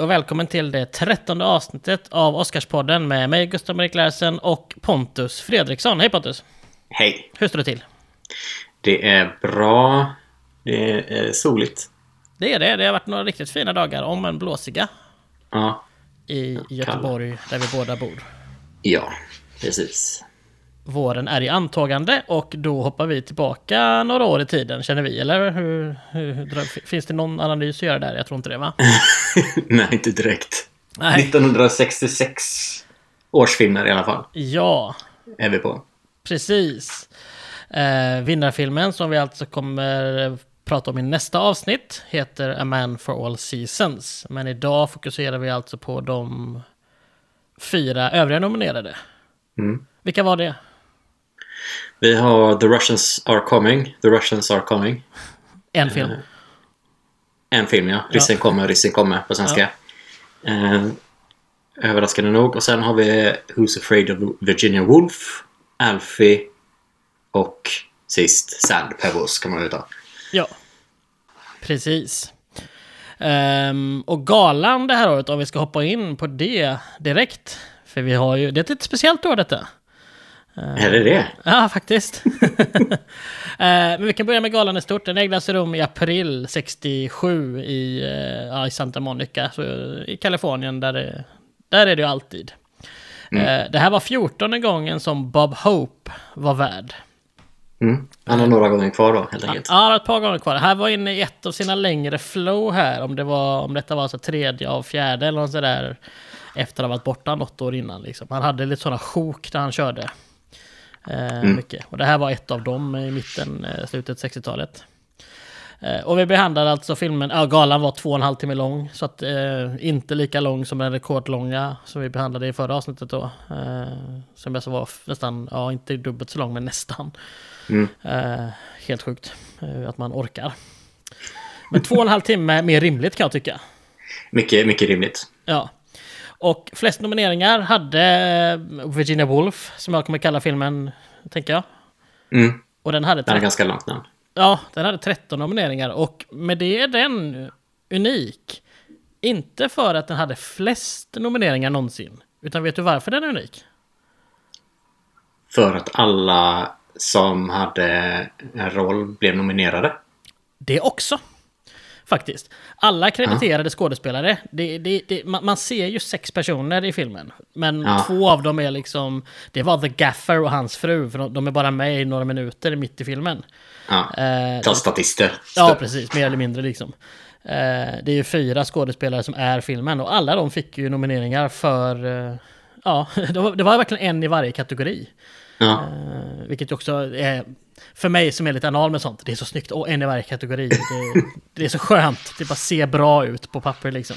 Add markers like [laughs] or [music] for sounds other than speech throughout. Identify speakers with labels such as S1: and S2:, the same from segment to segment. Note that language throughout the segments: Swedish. S1: och välkommen till det trettonde avsnittet av Oscarspodden med mig, Gustav Erik Larsen och Pontus Fredriksson. Hej Pontus!
S2: Hej!
S1: Hur står det till?
S2: Det är bra. Det är soligt.
S1: Det är det. Det har varit några riktigt fina dagar, om en blåsiga,
S2: Ja.
S1: i Göteborg där vi båda bor.
S2: Ja, precis. [laughs]
S1: Våren är i antagande och då hoppar vi tillbaka några år i tiden, känner vi. Eller hur, hur, hur drar- finns det någon analys att göra där? Jag tror inte det, va?
S2: Nej, inte direkt.
S1: Nej.
S2: 1966 årsfilmer i alla fall,
S1: Ja,
S2: är vi på.
S1: Precis. Eh, vinnarfilmen som vi alltså kommer eh, prata om i nästa avsnitt heter A Man for All Seasons. Men idag fokuserar vi alltså på de fyra övriga nominerade.
S2: Mm.
S1: Vilka var det?
S2: Vi har The Russians Are Coming, The Russians Are Coming.
S1: En film.
S2: En film, ja. Ryssen kommer, ryssen kommer på svenska. Eh, överraskande nog. Och sen har vi Who's Afraid of Virginia Woolf, Alfie och sist Sand Pebbles kommer man utav.
S1: Ja, precis. Ehm, och galan det här året, om vi ska hoppa in på det direkt. För vi har ju, det är ett lite speciellt år detta.
S2: Är det det?
S1: Ja, faktiskt. [laughs] Eh, Men vi kan börja med galan i stort. Den ägde sig rum i april 67 i, eh, ja, i Santa Monica, så eh, i Kalifornien, där, det, där är det ju alltid. Eh, Det här var 14 gången som Bob Hope var värd.
S2: Mm. Han har några gånger kvar då, helt
S1: Eh, Ja,
S2: enkelt.
S1: han har ett par gånger kvar. Han var inne i ett av sina längre flow här, om, det var, om detta var så tredje av fjärde eller något sådär. Efter att ha varit borta något år innan. Liksom. Han hade lite sådana sjok när han körde. Eh, mycket. Och det här var ett av dem i mitten, eh, slutet 60-talet. Eh, och vi behandlar alltså filmen, ja galan var två och en halv timme lång. Så att eh, inte lika lång som den rekordlånga som vi behandlade i förra avsnittet då. Eh, som alltså var f- nästan, ja inte dubbelt så lång men nästan. Eh, helt sjukt eh, att man orkar. Men två och en halv timme är mer rimligt kan jag tycga.
S2: Mycket, mycket rimligt.
S1: Ja. Och flest nomineringar hade eh, Virginia Woolf, som jag kommer kalla filmen, tänker jag.
S2: Mm.
S1: Och den hade
S2: Det är
S1: 13,
S2: ganska långt namn.
S1: ja, den hade 13 nomineringar. Och med det är den unik. Inte för att den hade flest nomineringar någonsin. Utan vet du varför den är unik?
S2: För att alla som hade en roll blev nominerade.
S1: Det också. Faktiskt. Alla krediterade skådespelare. Det, det, det, man, man ser ju sex personer i filmen. Men
S2: Ja.
S1: två av dem är liksom... Det var The Gaffer och hans fru. För de, de är bara med i några minuter mitt i filmen.
S2: Ja.
S1: Eh,
S2: Ta statister.
S1: ja, precis. Mer eller mindre liksom. Eh, det är ju fyra skådespelare som är filmen. Och alla de fick ju nomineringar för... Eh, ja, [laughs] det var, det var verkligen en i varje kategori.
S2: Ja.
S1: Eh, vilket också är, för mig som är lite anal med sånt, det är så snyggt. Och en i varje kategori. Det, det är så skönt. Det bara ser bra ut på papper liksom.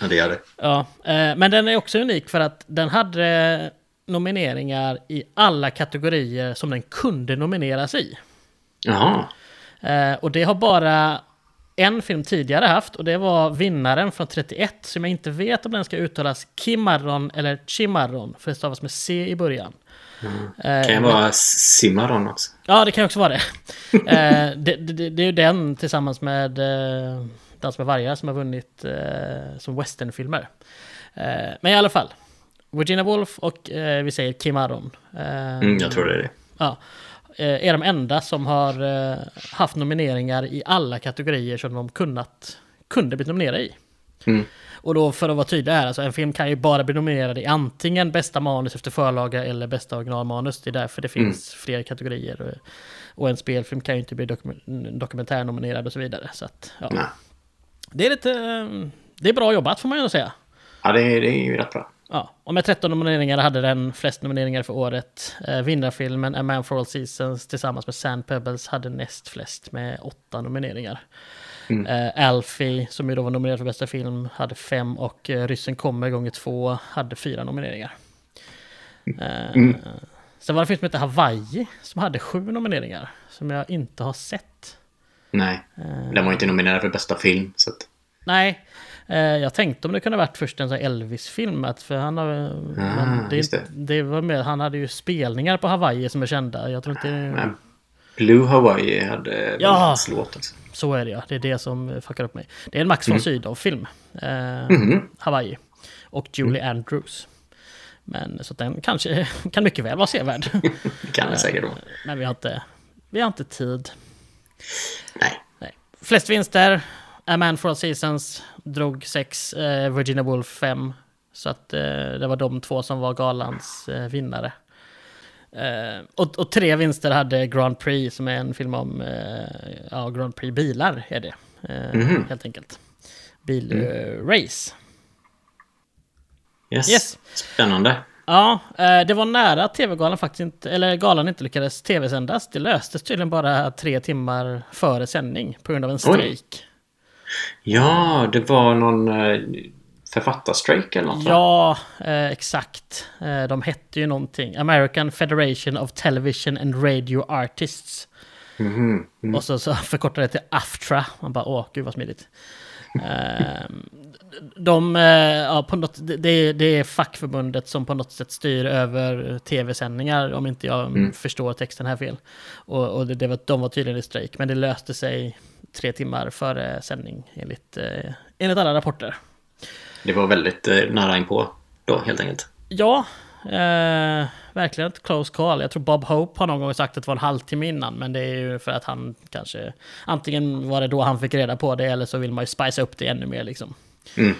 S2: ja, det gör det.
S1: Ja, eh, men den är också unik för att den hade nomineringar i alla kategorier som den kunde nomineras i.
S2: Jaha.
S1: Eh, och det har bara en film tidigare haft och det var vinnaren från 31 som jag inte vet om den ska uttalas Kimarron eller Chimarron för det stavas med C i början. Eh,
S2: Kan jag vara Cimarron också?
S1: Ja, det kan ju också vara det. [laughs] eh, det, det, det är ju den tillsammans med eh, Dans med vargar som har vunnit eh, som westernfilmer. Eh, men i alla fall, Virginia Woolf och eh, vi säger Kim Aron. Eh,
S2: Mm, jag tror det är det.
S1: ja, eh, är de enda som har eh, haft nomineringar i alla kategorier som de kunnat, kunde bli nominerade i.
S2: Mm.
S1: Och då för att vara tydlig här, alltså en film kan ju bara bli nominerad i antingen bästa manus efter förlaga eller bästa originalmanus. Det är därför det finns
S2: Mm.
S1: fler kategorier. Och- Och en spelfilm kan ju inte bli dokumen- dokumentärnominerad och så vidare. Så att, ja.
S2: Nej.
S1: Det är lite... eh, Det är bra jobbat får man ju ändå säga.
S2: Ja, det är, det är ju rätt bra.
S1: Ja, och med 13 nomineringar hade den flest nomineringar för året. Eh, vinnarfilmen A Man for All Seasons tillsammans med Sand Pebbles hade näst flest med åtta nomineringar. Eh, Alfie, som ju då var nominerad för bästa film, hade fem och eh, Ryssen kommer gånger två hade fyra nomineringar. Eh, Sen var det en film som hette Hawaii som hade sju nomineringar som jag inte har sett.
S2: Nej.
S1: Eh.
S2: Den var ju inte nominerad för bästa film, så att...
S1: Nej, eh, jag tänkte om det kunde varit först en sån här Elvis-film. att- För han har... men det,
S2: Ah, just det.
S1: det var med, han hade ju spelningar på Hawaii som är kända. Jag tror inte...
S2: Nej. Blue Hawaii hade
S1: Ja.
S2: ja. hans låt. Också.
S1: Så är det ja. Det är det som eh, fuckar upp mig. Det är en Max von
S2: Mm.
S1: Sydow-film. Eh, Hawaii. Och Julie
S2: Mm.
S1: Andrews. Men så att den kanske [laughs] kan mycket väl vara
S2: [laughs]
S1: sevärd.
S2: Det
S1: Eh.
S2: kan det säkert vara.
S1: Men vi har inte, vi har inte tid.
S2: Nej.
S1: Nej. Flest vinster. A Man for All Seasons drog 6, eh, Virginia Woolf 5. Så att eh, det var de två som var galans eh, vinnare. Eh, och, och tre vinster hade Grand Prix som är en film om eh, ja, Grand Prix bilar är det. Eh, Helt enkelt. eh, Bilrace.
S2: Yes.
S1: Yes.
S2: Spännande.
S1: Ja, eh, det var nära att tv-galan faktiskt inte, eller galan inte lyckades tv-sändas. Det löstes tydligen bara tre timmar före sändning på grund av en strejk.
S2: Ja, det var någon eh, författarstrejk eller något va?
S1: Ja, eh, exakt. Eh, de hette ju någonting. American Federation of Television and Radio Artists.
S2: Mhm,
S1: Och så, så förkortade det till AFTRA. Man bara, åh, gud vad smidigt. Eh, de, eh, ja, på något, det- det, är- det är fackförbundet som på något sätt styr över tv-sändningar, om inte jag
S2: Mm.
S1: förstår texten här fel. Och, och det, det var, de var tydligen i strejk, men det löste sig tre timmar före sändning, enligt, eh, enligt alla rapporter.
S2: Det var väldigt eh, nära inpå då helt enkelt.
S1: Ja, eh, verkligen ett close call. Jag tror Bob Hope har någon gång sagt att det var en halvtimme innan, men det är ju för att han kanske... Antingen var det då han fick reda på det, eller så vill man ju spicea upp det ännu mer liksom.
S2: Mm.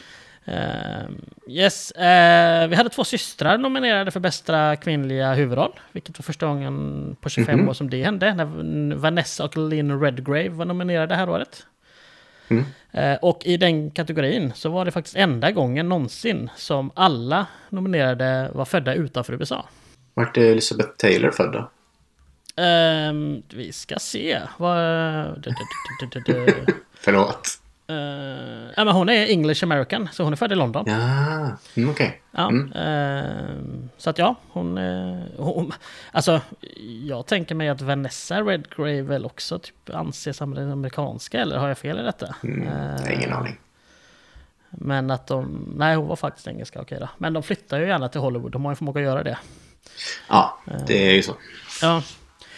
S1: Eh, yes, eh, vi hade två systrar nominerade för bästa kvinnliga huvudroll, vilket var första gången på 25 år som det hände, när Vanessa och Lynn Redgrave var nominerade det här året. Eh, Och i den kategorin så var det faktiskt enda gången någonsin som alla nominerade var födda utanför USA.
S2: Vart är Elizabeth Taylor född då?
S1: Ehm, vi ska se. Vad... du, du, du, du, du, du.
S2: Förlåt.
S1: Eh, ja, men hon är English American, så hon är född i London.
S2: Ja, mm, okej.
S1: Ja, ehm, så att ja, hon, eh, hon... Alltså, jag tänker mig att Vanessa Redgrave väl också typ anses som den amerikanska, eller har jag fel i detta?
S2: Mm.
S1: Eh,
S2: Jag har ingen aning.
S1: Men att de... Nej, hon var faktiskt engelska, okej då. Men de flyttar ju gärna till Hollywood, de har ju förmåga att göra det.
S2: Ja, det är ju så.
S1: Ja.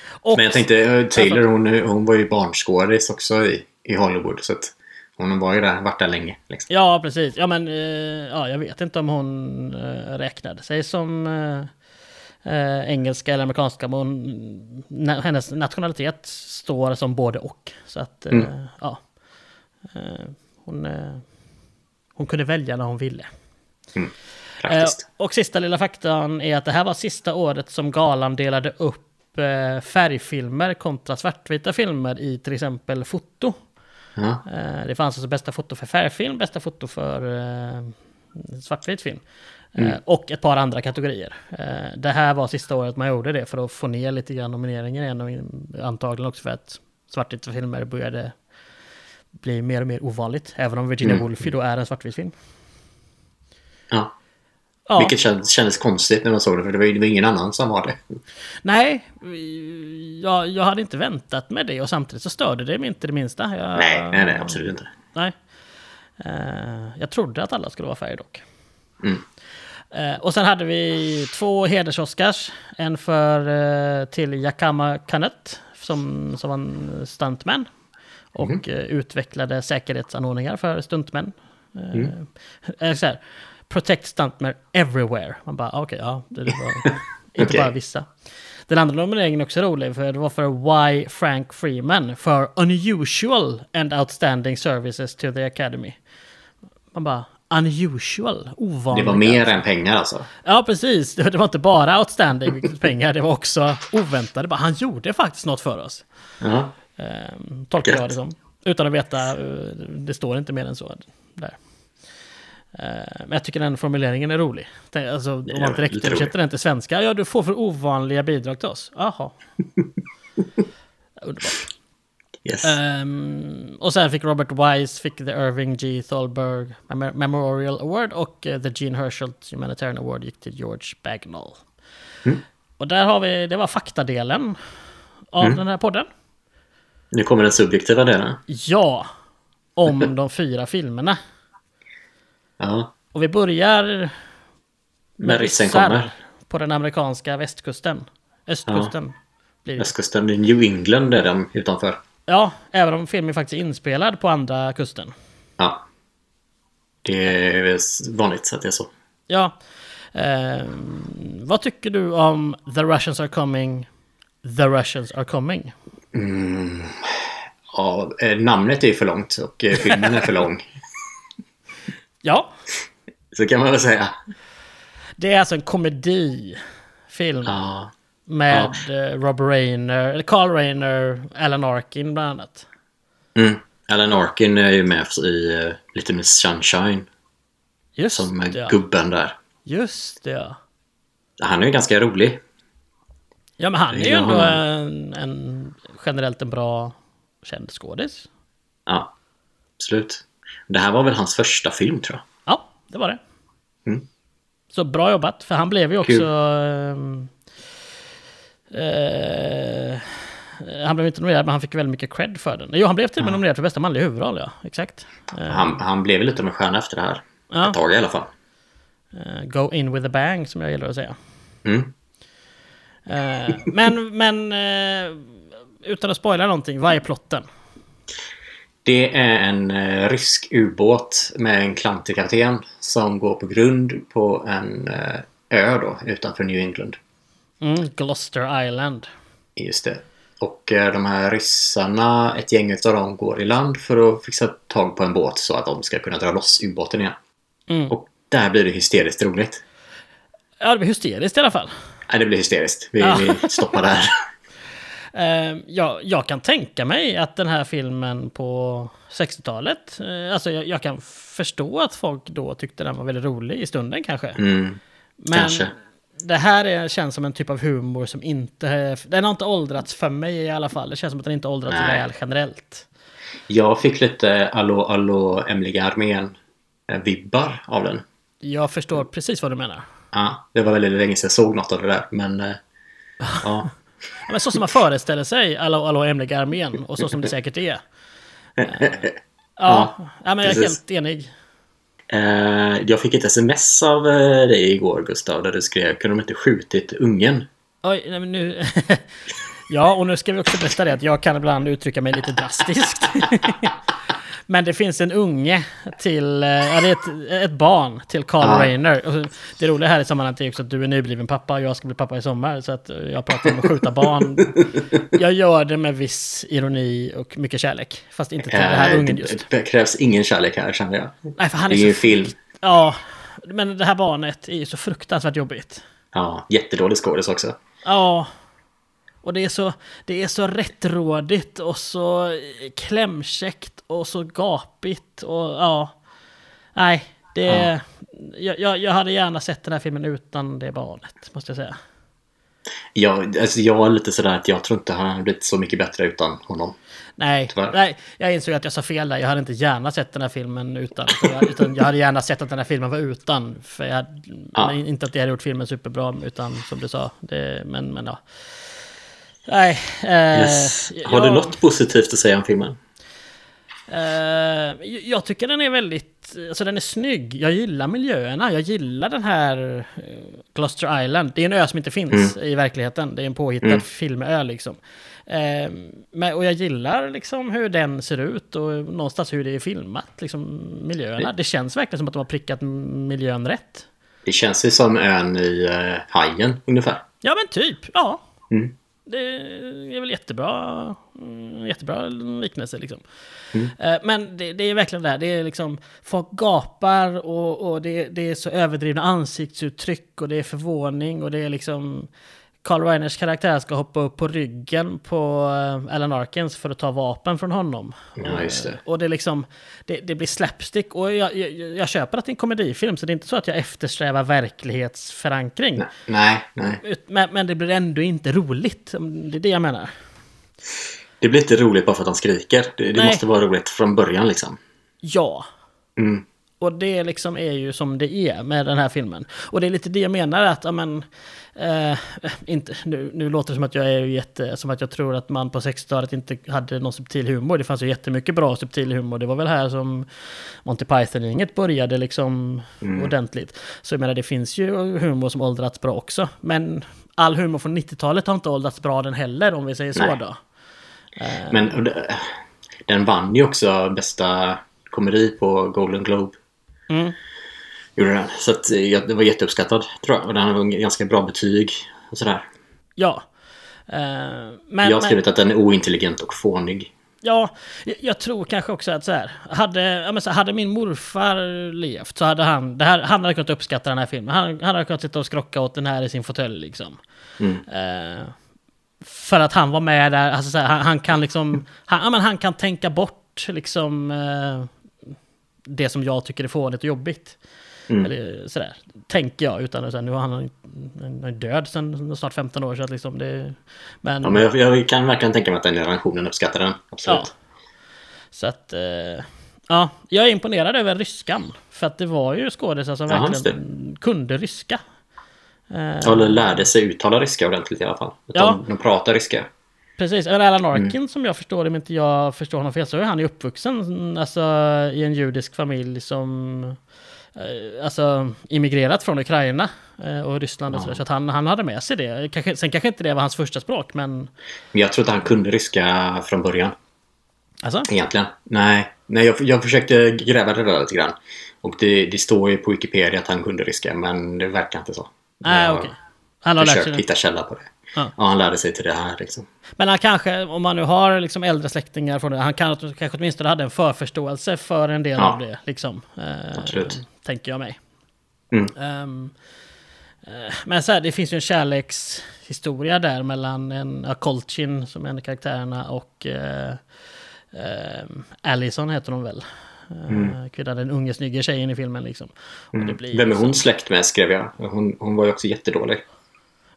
S1: Och,
S2: Men jag tänkte, eh, Taylor hon, hon var ju barnskådis också i, i Hollywood. Så att hon var ju där, varit där länge. Liksom.
S1: Ja, precis. Ja, men eh, ja, jag vet inte om hon eh, räknade sig som eh, eh, engelska eller amerikanska, men hon, na, hennes nationalitet står som både och. Så att, eh,
S2: Mm.
S1: ja. Eh, hon, eh, hon kunde välja när hon ville.
S2: Praktiskt.
S1: Eh, och sista lilla faktan är att det här var sista året som galan delade upp eh, färgfilmer kontra svartvita filmer i till exempel foto.
S2: Ja.
S1: Eh, Det fanns alltså bästa foto för färgfilm, bästa foto för eh, svartvit film. Eh, Och ett par andra kategorier. Eh, det här var sista året man gjorde det för att få ner lite grann nomineringen igen. Och in- antagligen också för att svartvita filmer började bli mer och mer ovanligt. Även om Virginia Woolf ju då är en svartvit film.
S2: Ja.
S1: Ja.
S2: Vilket kändes, kändes konstigt när man såg det, för det var ju det var ingen annan som var det.
S1: Eh. Nej, vi- jag, jag hade inte väntat med det och samtidigt så störde det mig inte det minsta. Jag,
S2: Nej, nej, nej, absolut inte.
S1: Nej. Eh, jag trodde att alla skulle vara färg dock.
S2: Mm.
S1: Eh, och sen hade vi två hedersoscars. En för eh, till Yakama Kanet som, som var en stuntman. Och
S2: Mhm.
S1: eh, utvecklade säkerhetsanordningar för stuntmän. Eh,
S2: Mm.
S1: eh, så här, Protect stuntmen everywhere. Man bara, ah, okej, ja. Det, det
S2: [laughs]
S1: var, inte
S2: Okej.
S1: bara vissa. Den andra nomineringen är också rolig, för det var för Y. Frank Freeman för Unusual and Outstanding Services to the Academy. Man bara, unusual,
S2: Det
S1: ovanliga.
S2: var mer än pengar alltså.
S1: Ja, precis. [laughs] Det det var inte bara outstanding pengar, det var också oväntade. Bara, han gjorde faktiskt något för oss.
S2: Ja.
S1: Ehm, tolkar jag
S2: Gött.
S1: det som. Utan att veta, eh, det står inte mer än så. Där. Ehm, Men jag tycker den formuleringen är rolig. Det- Alltså, om
S2: är
S1: man
S2: väl
S1: direkt
S2: lite
S1: översätter
S2: rolig.
S1: den till svenska. Ja, du får för ovanliga bidrag till oss. Jaha. Underbart. Eh,
S2: Yes.
S1: Ehm, och sen fick Robert Wise, fick The Irving G. Thalberg Mem- Memorial Award och eh, The Gene Herschel Humanitarian Award gick till George Bagnall. Och där har vi, det var faktadelen av den här podden.
S2: Nu kommer den subjektiva delen.
S1: Ja, om de fyra filmerna.
S2: Ja.
S1: Och vi börjar
S2: När rissen
S1: isär
S2: kommer.
S1: på den amerikanska västkusten. Östkusten. Blir det.
S2: Västkusten, det är New England är den utanför.
S1: Ja, även om filmen faktiskt är inspelad på andra kusten.
S2: Ja. Det är vanligt så att det är så.
S1: Ja. Ehm, vad tycker du om The Russians Are Coming? The Russians Are Coming.
S2: Ja, eh, namnet är ju för långt och eh, filmen är
S1: [laughs]
S2: för lång.
S1: Ja,
S2: Så kan man väl säga.
S1: det är alltså en komedifilm
S2: Ja.
S1: med eh, Rob Reiner, eller Carl Reiner, Alan Arkin bland annat.
S2: Mm. Alan Arkin är ju med i eh, Little Miss Sunshine
S1: Just
S2: som är
S1: det, ja.
S2: gubben där.
S1: Just det, ja.
S2: Han är ju ganska rolig.
S1: Ja, men han är ju
S2: gillar
S1: ändå
S2: honom.
S1: en, en, generellt en bra känd skådis.
S2: Ja, absolut. Det här var väl hans första film tror jag.
S1: Ja, det var det.
S2: Mm.
S1: Så bra jobbat, för han blev ju
S2: Kul.
S1: också... ehm, eh, han blev inte nominerad, men han fick väldigt mycket cred för den. Jo, han blev till och med nominerad för bästa manliga huvudroll, ja. Exakt. Eh,
S2: Han, han blev ju lite av en stjärna efter det här.
S1: Ja.
S2: Ett tag i alla fall.
S1: eh, go in with a bang, som jag gillar att säga.
S2: Mm.
S1: Eh,
S2: [laughs]
S1: men, men... eh, utan att spoila någonting, vad är plotten?
S2: Det är en eh, rysk ubåt med en klantig kapten som går på grund på en eh, ö då, utanför New England.
S1: Mm, Gloucester Island.
S2: Just det. Och eh, de här ryssarna, ett gäng utav dem går i land för att fixa tag på en båt så att de ska kunna dra loss ubåten igen.
S1: Mm.
S2: Och där blir det hysteriskt roligt.
S1: Ja, det blir hysteriskt i alla fall.
S2: Nej, det blir hysteriskt. Vi,
S1: Ja.
S2: vi
S1: [laughs]
S2: stoppar där.
S1: Eh, jag, jag kan tänka mig att den här filmen på 60-talet, eh, alltså jag, jag kan förstå att folk då tyckte den var väldigt rolig i stunden kanske.
S2: Mm.
S1: Men
S2: kanske.
S1: det här är, känns som en typ av humor som inte, den har inte åldrats för mig i alla fall. Det känns som att den inte åldrats
S2: Nej.
S1: väl generellt.
S2: Jag fick lite Allo Allo Emliga Armén-vibbar av den.
S1: Jag förstår precis vad du menar.
S2: Ja, det var väldigt länge sedan jag såg något av det där, men... eh,
S1: [laughs]
S2: Ja,
S1: Ja, men så som man föreställer sig alla alla hemliga armén och så som det säkert
S2: [laughs]
S1: är. Eh, Ja, ja,
S2: Ja,
S1: men jag är
S2: precis.
S1: helt enig.
S2: Eh, jag fick ett sms av eh, dig igår, Gustav, där du skrev “Kunde de inte skjutit ungen?”
S1: Oj, nej men nu... [laughs] ja, och nu ska vi också berätta det att jag kan ibland uttrycka mig lite drastiskt. [laughs] men det finns en unge till... eh, Ja, det är ett, ett barn till Carl
S2: Ja.
S1: Reiner. Och det roliga här i sammanhanget är också att du är nybliven pappa och jag ska bli pappa i sommar. Så att eh, jag pratar om att skjuta
S2: [laughs]
S1: barn. jag gör det med viss ironi och mycket kärlek. Fast inte till den här
S2: Eh,
S1: ungen
S2: det-
S1: just.
S2: Det krävs ingen kärlek här, känner jag.
S1: Nej, för han
S2: Det
S1: är
S2: är ju en
S1: så...
S2: film.
S1: Ja, men det här barnet är ju så fruktansvärt jobbigt.
S2: Ja, jättedålig skådis också.
S1: Ja. Och det är så, det är så rättrådigt och så eh, klämkäckt och så gapigt och ja. Nej, det...
S2: Ja.
S1: Jag, jag, jag hade gärna sett den här filmen utan det barnet, måste jag säga.
S2: Jag, alltså, jag är lite sådär att jag tror inte han hade blivit så mycket bättre utan honom.
S1: Nej,
S2: Tyvärr.
S1: nej, jag insåg att jag sa fel där. Jag hade inte gärna sett den här filmen utan. utan jag- utan jag hade gärna sett att den här filmen var utan. För jag hade,
S2: Ja.
S1: men Inte att det hade gjort filmen superbra, utan som du sa. Det, men, men ja. Nej. eh,
S2: Yes. Har du
S1: jag-
S2: något positivt att säga om filmen?
S1: Eh, jag tycker den är väldigt, alltså den är snygg. Jag gillar miljöerna, jag gillar den här eh, Gloucester Island. Det är en ö som inte finns i verkligheten, det är en påhittad filmö liksom. Eh, men, och jag gillar liksom hur den ser ut och någonstans hur det är filmat, liksom miljöerna. Det känns verkligen som att de har prickat m- miljön rätt.
S2: Det känns ju som ön i eh, Hajen, ungefär.
S1: Ja men typ, ja.
S2: Mm.
S1: Det är väl jättebra, mm, jättebra liknelse liksom.
S2: Mm.
S1: Eh, Men det, det är verkligen det här, det är liksom folk gapar och, och det, det är så överdrivna ansiktsuttryck och det är förvåning och det är liksom Carl Reiners karaktär ska hoppa upp på ryggen på eh, Alan Arkins för att ta vapen från honom.
S2: Ja, just det.
S1: Och det, är liksom, det, det blir slapstick. Och jag, jag, jag köper att det är en komedifilm, så det är inte så att jag eftersträvar verklighetsförankring.
S2: Nej, nej. nej.
S1: Ut- Men, men det blir ändå inte roligt. Det är det jag menar.
S2: Det blir inte roligt bara för att han skriker. Det, det
S1: Nej.
S2: måste vara roligt från början liksom.
S1: Ja.
S2: Mm.
S1: Och det liksom är ju som det är med den här filmen. Och det är lite det jag menar att, ja men... Eh, inte, nu, nu låter det som att jag är jätte... Som att jag tror att man på 60-talet inte hade någon subtil humor. Det fanns ju jättemycket bra subtil humor. Det var väl här som Monty Python-gänget började liksom ordentligt. Så jag menar, det finns ju humor som åldrats bra också. Men all humor från 90-talet har inte åldrats bra den heller, om vi säger så
S2: Nej.
S1: då. Eh.
S2: Men och det- den vann ju också bästa komedi på Golden Globe.
S1: Mm.
S2: Gjorde den. Så att, ja, den var jätteuppskattad, tror jag. Och den har ganska bra betyg. Och sådär.
S1: Ja. Eh, men,
S2: Jag har
S1: men,
S2: skrivit att den är ointelligent och fånig.
S1: ja, jag- jag tror kanske också att så här, hade, ja, men så här, hade min morfar levt så hade han, det här, han hade kunnat uppskatta den här filmen. Han, han hade kunnat sitta och skrocka åt den här i sin fåtölj liksom.
S2: Mm.
S1: Eh, för att han var med där, alltså så här, han, han kan liksom, han, ja, men han kan tänka bort liksom eh, det som jag tycker är fånigt och jobbigt.
S2: Mm.
S1: Eller sådär, tänker jag utan att säga, nu har han, han är död sedan snart 15 år så att liksom det... Men,
S2: Ja, men jag, jag kan verkligen tänka mig att den generationen uppskattar den.
S1: Ja.
S2: Absolut.
S1: Så att... Eh, ja, jag är imponerad över ryskan. För att det var ju skådisar som
S2: Ja,
S1: verkligen kunde ryska. Eh,
S2: Ja. Eller lärde sig uttala ryska ordentligt i alla fall. Att
S1: Ja.
S2: de, de pratar ryska.
S1: Precis, eller Alan Arkin som jag förstår det, men inte jag förstår honom fel, så är han ju uppvuxen alltså, i en judisk familj som eh, alltså, immigrerat från Ukraina eh, och Ryssland och sådär. Så att han, han hade med sig det. Kanske, sen kanske inte det var hans första språk, men...
S2: Men jag tror inte han kunde ryska från början.
S1: Alltså?
S2: Egentligen. Nej. Nej, jag, jag försökte gräva det där lite grann. Och det, det står ju på Wikipedia att han kunde ryska, men det verkar inte så.
S1: Nej,
S2: Jag
S1: okej. Han har lärt sig
S2: försökte
S1: det.
S2: hitta källa på det.
S1: Ja.
S2: Ja. han lärde sig till det här liksom.
S1: Men han kanske, om man nu har liksom äldre släktingar från det, han kan, kanske åtminstone hade en förförståelse för en del
S2: Ja.
S1: av det. Liksom, eh,
S2: Absolut.
S1: Tänker jag mig.
S2: Mm.
S1: Ehm, eh, men så här, det finns ju en kärlekshistoria där mellan en ja, Kolchin, som är en av karaktärerna, och eh, eh, Allison heter hon väl. Eh,
S2: Mm.
S1: Kvinnan, den unge snygga tjejen i filmen liksom. Och det blir
S2: Vem är hon släkt med skrev jag. Hon, hon var ju också jättedålig.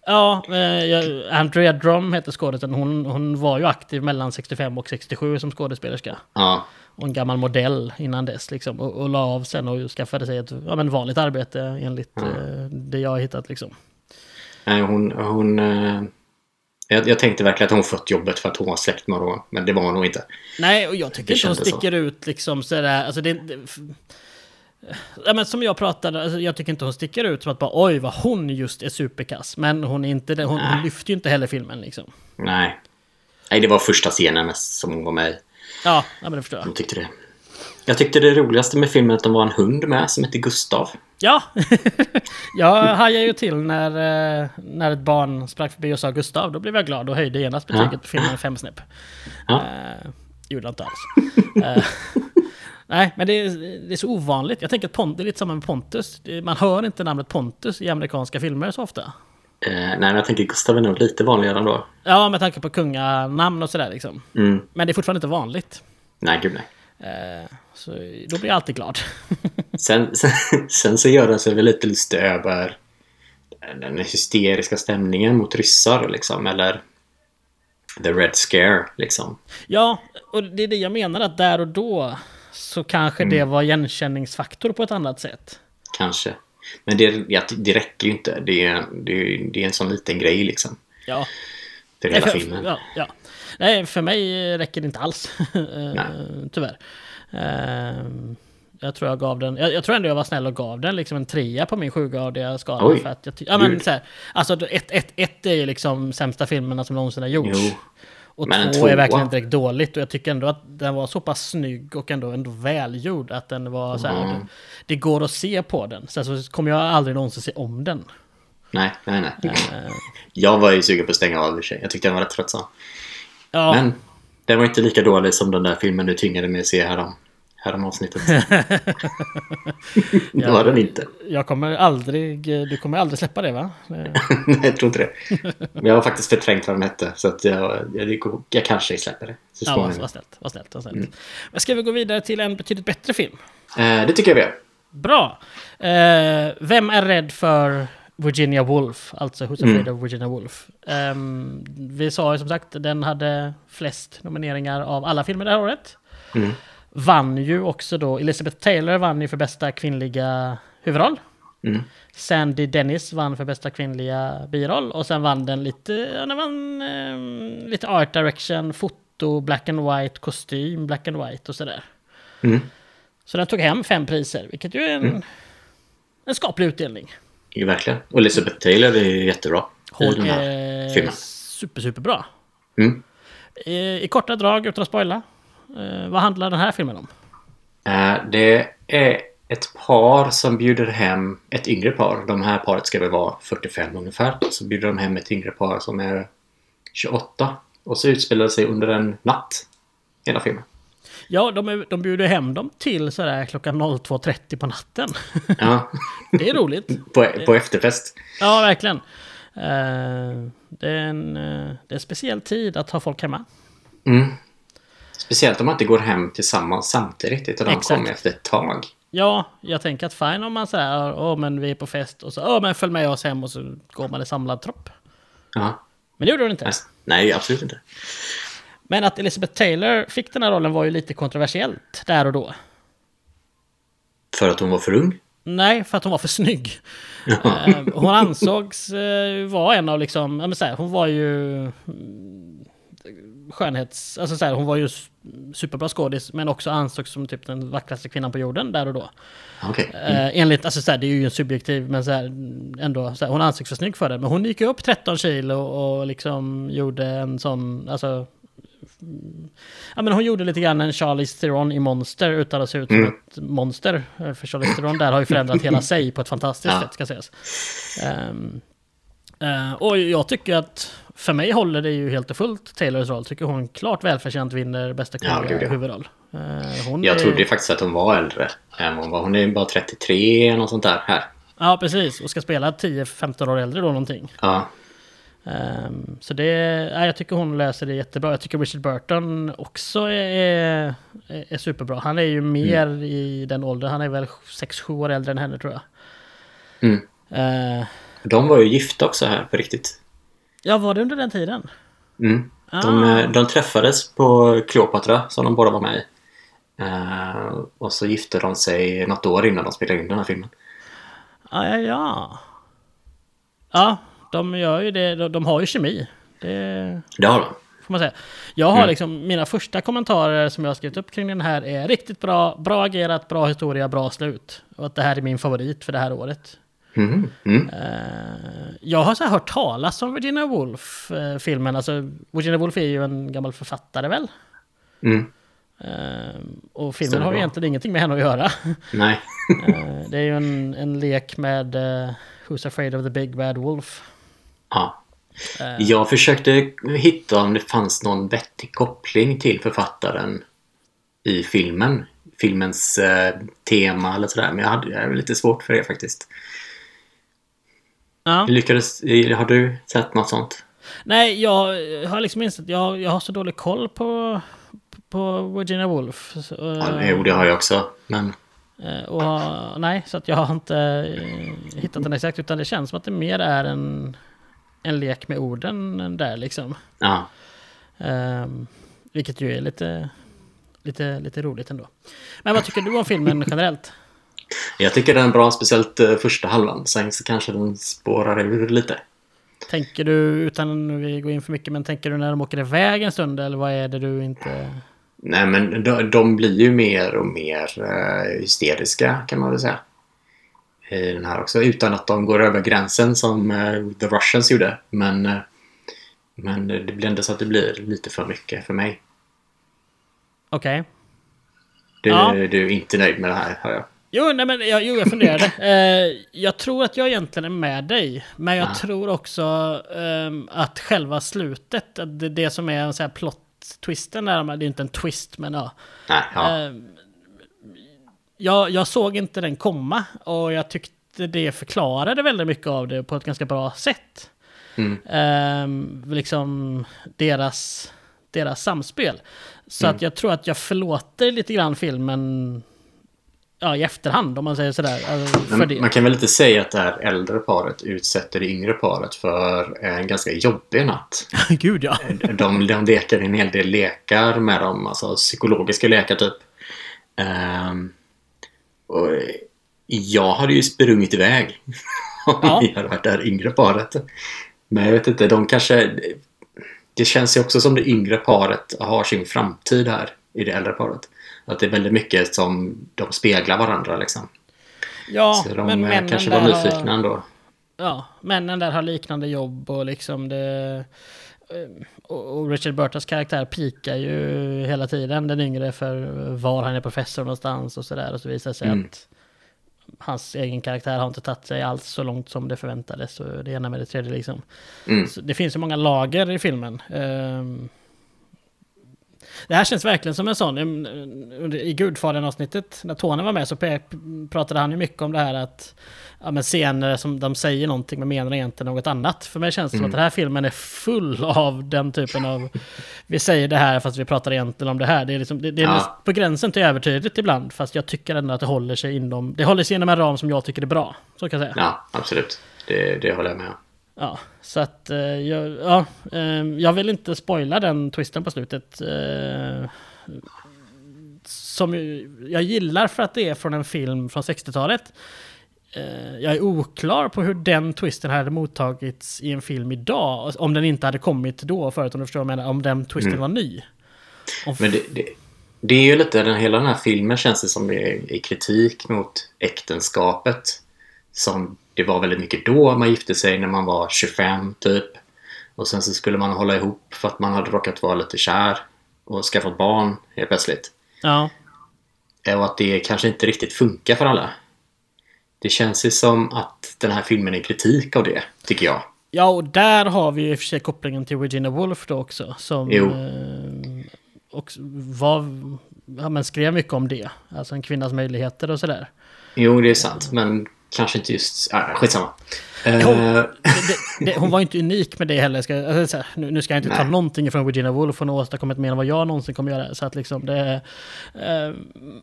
S1: Ja, eh, jag- Andrea Drum heter skådespelerskan. Hon, hon var ju aktiv mellan 65 och 67 som skådespelerska.
S2: Ja.
S1: Och en gammal modell innan dess liksom. Och, och la av sen och skaffade sig ett ja, men vanligt arbete enligt
S2: Mm.
S1: eh, det jag har hittat liksom.
S2: Nej, hon... hon eh, jag, jag tänkte verkligen att hon fått jobbet för att hon var släkt med honom, men det var hon nog inte.
S1: Nej, och jag tycker
S2: Det
S1: inte hon
S2: kändes så.
S1: sticker ut liksom sådär. Alltså det, det, f- ja, men som jag pratade, alltså, jag tycker inte hon sticker ut som att bara oj vad hon just är superkass. Men hon, är inte, det- hon, hon lyfter ju inte heller filmen liksom.
S2: Nej. Nej, det var första scenen som hon var med i.
S1: Ja, ja men det förstår jag.
S2: Jag tyckte det. Jag tyckte det roligaste med filmen är att de var en hund med som hette Gustav.
S1: Ja, [laughs] jag hajade ju till när, eh, när ett barn sprang förbi och sa Gustav. Då blev jag glad och höjde genast betyget på filmen fem snäpp.
S2: Ja.
S1: Eh, gjorde jag inte alls. Eh, [laughs] nej, men det är, det är så ovanligt. Jag tänker att Pont, det är lite samma med Pontus. Det- Man hör inte namnet Pontus i amerikanska filmer så ofta.
S2: Eh, nej, men jag tänker Gustav är nog lite vanligare ändå.
S1: Ja, med tanke på kunganamn och sådär liksom.
S2: Mm.
S1: Men det är fortfarande inte vanligt.
S2: Nej, gud nej.
S1: Eh, så då blir jag alltid glad. [laughs]
S2: Sen, [laughs] sen, sen så gör den sig väl lite lustig över den hysteriska stämningen mot ryssar, liksom. Eller the red scare, liksom.
S1: Ja, och det är det jag menar att där och då så kanske det var igenkänningsfaktor på ett annat sätt.
S2: Kanske. Men det, ja, det räcker ju inte. Det är, det, är, det är en sån liten grej, liksom.
S1: Ja.
S2: För hela
S1: Nej,
S2: filmen.
S1: Ja, ja. Nej, för mig räcker det inte alls. [laughs] Eh, Tyvärr. Eh, Jag tror jag gav den, jag, jag tror ändå jag var snäll och gav den liksom en trea på min sjugradiga skala.
S2: Oj.
S1: För att jag ty- ja, men
S2: Gud.
S1: så här, alltså ett, ett, ett är ju liksom sämsta filmerna som någonsin har gjorts.
S2: Jo.
S1: Och
S2: Men en
S1: två är
S2: tvåa.
S1: verkligen inte direkt dåligt. Och jag tycker ändå att den var så pass snygg och ändå, ändå välgjord att den var så här, det, det går att se på den. Sen så kommer jag aldrig någonsin se om den.
S2: Nej, nej, nej. Jag var ju sugen på att stänga av i och för sig. Jag tyckte den var rätt tröttsam.
S1: Ja.
S2: Men den var inte lika dålig som den där filmen du tvingade mig att se härom, härom avsnittet.
S1: [laughs]
S2: [laughs] det var den inte. [laughs]
S1: Jag kommer aldrig, du kommer aldrig släppa det va? Eh,
S2: Nej, jag tror inte det. Men jag har faktiskt förträngt vad den hette. Så att jag, jag, jag kanske släpper det så
S1: Ja, vad,
S2: småningom.
S1: vad snällt. Vad snällt, vad snällt. Men ska vi gå vidare till en betydligt bättre film?
S2: eh, det tycker jag vi gör.
S1: Bra! Eh, vem är rädd för Virginia Woolf? Alltså Who's Afraid of Virginia Woolf? Ehm, vi sa ju som sagt, den hade flest nomineringar av alla filmer det här året. vann ju också då, Elizabeth Taylor vann ju för bästa kvinnliga huvudroll.
S2: Mm.
S1: Sandy Dennis vann för bästa kvinnliga biroll och sen vann den lite, ja, den vann eh, lite art direction, foto, black and white, kostym, black and white och sådär.
S2: Mm.
S1: Så den tog hem fem priser, vilket ju är en, en skaplig utdelning.
S2: Ju verkligen. Och Elizabeth Taylor är ju jättebra i
S1: Hon
S2: den här
S1: är
S2: filmen.
S1: Eh, super, superbra. Eh,
S2: Mm.
S1: I, I korta drag, utan att spoila, eh, vad handlar den här filmen om?
S2: Eh, Det är ett par som bjuder hem ett yngre par. De här paret ska väl vara 45 ungefär. Så bjuder de hem ett yngre par som är 28. Och så utspelar det sig under en natt. Hela filmen.
S1: Ja, de, är- de bjuder hem dem till sådär klockan 02.30 på natten. [laughs]
S2: Ja, [laughs]
S1: Det är roligt.
S2: på, på efterfest.
S1: Ja, verkligen. Eh, det, är en, eh, det är en speciell tid att ha folk hemma.
S2: Mm. Speciellt om man inte går hem tillsammans samtidigt. Utan de
S1: Exakt.
S2: kommer efter ett tag.
S1: Ja, jag tänker att fine om man säger åh men vi är på fest och så åh men följ med oss hem och så går man i samlad tropp.
S2: Ja.
S1: Men det gjorde hon inte.
S2: Näst- Nej, absolut inte.
S1: Men att Elizabeth Taylor fick den här rollen var ju lite kontroversiellt där och då.
S2: För att hon var för ung?
S1: Nej, för att hon var för snygg. Eh, hon ansågs eh, vara en av liksom, ja men så här, hon var ju mm, skönhets, alltså så här, hon var ju s- superbra skådis men också ansågs som typ den vackraste kvinnan på jorden där och då.
S2: Okej.
S1: Eh, enligt, alltså så här, det är ju en subjektiv, men så här, ändå, så här, hon ansågs för snygg för det. Men hon gick ju upp 13 kilo och liksom gjorde en sån, alltså... mm, Ja men hon gjorde lite grann en Charlize Theron i Monster utan att se ut som
S2: Mm.
S1: ett monster. Eh, För Charlize Theron där har ju förändrat
S2: [laughs]
S1: hela sig på ett fantastiskt
S2: Ja.
S1: sätt ska sägas. Ehm, eh, och jag tycker att, för mig håller det ju helt och fullt Taylors roll. Tycker hon klart välförtjänt vinner bästa
S2: Ja,
S1: kvinnliga
S2: gud, ja.
S1: huvudroll. Eh, hon
S2: Jag
S1: är-
S2: trodde ju faktiskt att hon var äldre än vad hon var. Hon är ju bara 33 eller något sånt där här.
S1: Ja, precis. Och ska spela 10-15 år äldre då någonting.
S2: Ja.
S1: Ehm, så det... Ja, jag tycker hon löser det jättebra. Jag tycker Richard Burton också är, är, är superbra. Han är ju mer i den åldern. Han är väl 6-7 år äldre än henne tror jag.
S2: Mm.
S1: Ehm,
S2: De var ju gifta också här på riktigt.
S1: ja, var det under den tiden?
S2: Mm. De,
S1: Ah.
S2: eh, de träffades på Kleopatra som de båda var med i. Eh, och så gifte de sig något år innan de spelade in den här filmen.
S1: Ja, ja, ja. Ja, de gör ju det. De, de har ju kemi. Det...
S2: Det har de.
S1: Får man säga. Jag har
S2: Mm.
S1: liksom, mina första kommentarer som jag har skrivit upp kring den här är riktigt bra, bra agerat, bra historia, bra slut. Och att det här är min favorit för det här året.
S2: Mhm. Mm.
S1: Eh, jag har så här hört talas om Virginia Woolf-filmen. alltså, Virginia Woolf är ju en gammal författare väl?
S2: Mm.
S1: Eh, och filmen
S2: Stämmer
S1: har ju
S2: bra.
S1: egentligen ingenting med henne att göra. [laughs]
S2: Nej. [laughs]
S1: Eh, det är ju en, en lek med eh, Who's Afraid of the Big Bad Wolf.
S2: ja. Jag försökte hitta om det fanns någon vettig koppling till författaren i filmen. Filmens eh, tema eller sådär. Men jag hade jag hade lite svårt för det faktiskt.
S1: Ja.
S2: Lyckades, eh, har du sett något sånt?
S1: Nej, jag har liksom insett, jag, jag har så dålig koll på, på Virginia Woolf. Så,
S2: Ja, jo, det har jag också. Men
S1: eh, och, har- nej, så att jag har inte eh, hittat den exakt, utan det känns som att det mer är en, en lek med orden än där liksom.
S2: ja.
S1: Ehm, vilket ju är lite, lite, lite roligt ändå. Men vad tycker du om filmen generellt?
S2: Jag tycker den är bra, speciellt eh, första halvan. Sen så kanske den spårar ur lite.
S1: Tänker du, utan vi går in för mycket, men tänker du när de åker iväg en stund eller vad är det du inte...
S2: Nej, men de, de blir ju mer och mer eh, hysteriska kan man väl säga. I den här också. Utan att de går över gränsen som eh, The Russians gjorde. Men, eh, men det blir ändå så att det blir lite för mycket för mig.
S1: Okej.
S2: Du,
S1: Ja.
S2: du är inte nöjd med det här, hör jag.
S1: Jo, nej, men jag, jo, jag funderade.
S2: [clears throat]
S1: Eh, jag tror att jag egentligen är med dig. Men jag
S2: Ja.
S1: tror också ehm, att själva slutet, att det, det som är så här plot-twisten, där, men det är inte en twist, men ja.
S2: Nej, ja.
S1: Ehm, jag, jag såg inte den komma och jag tyckte det förklarade väldigt mycket av det på ett ganska bra sätt.
S2: Mm.
S1: Ehm, liksom deras, deras samspel. Så
S2: Mm.
S1: att jag tror att jag förlåter lite grann filmen ja, i efterhand om man säger sådär. Alltså, för
S2: Men
S1: det.
S2: Man kan väl inte säga att det här äldre paret utsätter det yngre paret för en ganska jobbig natt.
S1: [laughs] Gud ja.
S2: De, de leker en hel del lekar med dem, alltså psykologiska lekar typ. Ehm, och jag hade ju sprungit iväg [laughs] om
S1: Ja.
S2: jag hade varit det här yngre paret. Men jag vet inte, de kanske... Det känns ju också som det yngre paret har sin framtid här i det äldre paret. Att det är väldigt mycket som de speglar varandra liksom.
S1: Ja,
S2: Så de
S1: men
S2: eh,
S1: männen
S2: kanske
S1: där
S2: var nyfikna
S1: Har,
S2: ändå.
S1: ja, männen där har liknande jobb och liksom det... eh, Och och Richard Burtas karaktär pikar ju hela tiden den yngre för var han är professor någonstans och sådär. Och så visar det sig
S2: Mm.
S1: att hans egen karaktär har inte tagit sig alls så långt som det förväntades. Och det ena med det tredje liksom.
S2: Mm.
S1: Så det finns ju många lager i filmen. Ehm, Det här känns verkligen som en sån, em, under- i Gudfadern-avsnittet, när Tony var med så pe- pratade han ju mycket om det här att ja, men scener som de säger någonting men menar egentligen något annat. För mig känns det som
S2: Mm.
S1: att den här filmen är full av den typen av, vi säger det här fast vi pratar egentligen om det här. Det är, liksom, det, det är
S2: Ja.
S1: näst- på gränsen till övertydligt ibland, fast jag tycker ändå att det håller sig inom, det håller sig inom en ram som jag tycker är bra. Så kan jag säga.
S2: Ja, absolut. Det, det håller jag med om.
S1: Ja, så att eh, jag, ja, ehm, jag vill inte spoila den twisten på slutet. eh, som ju- jag gillar för att det är från en film från 60-talet. Eh, jag är oklar på hur den twisten hade mottagits i en film idag. Om den inte hade kommit då förut, om du förstår vad jag menar. Om den twisten var ny. Om
S2: Men det, det, det är ju lite, den, hela den här filmen känns det som är, är kritik mot äktenskapet. Som det var väldigt mycket då, man gifte sig när man var 25 typ. Och sen så skulle man hålla ihop för att man hade råkat vara lite kär och skaffat barn helt plötsligt.
S1: Ja,
S2: Eh, Och att det kanske inte riktigt funkar för alla. Det känns ju som att den här filmen är kritik av det, tycker jag.
S1: Ja, och där har vi ju i och för sig kopplingen till Virginia Woolf då också. Som
S2: Jo.
S1: eh, och var, ja, men skrev mycket om det. Alltså en kvinnas möjligheter och sådär.
S2: Jo, det är sant, men kanske inte just... Ah, skitsamma.
S1: Jo.
S2: Eh,
S1: Det, det, hon var ju inte unik med det heller. Ska, jag- alltså, så här, nu, nu ska jag inte ta
S2: Nej.
S1: någonting från Virginia Woolf. Hon har åstadkommit mer än vad jag någonsin kommer göra. Så att liksom det, eh,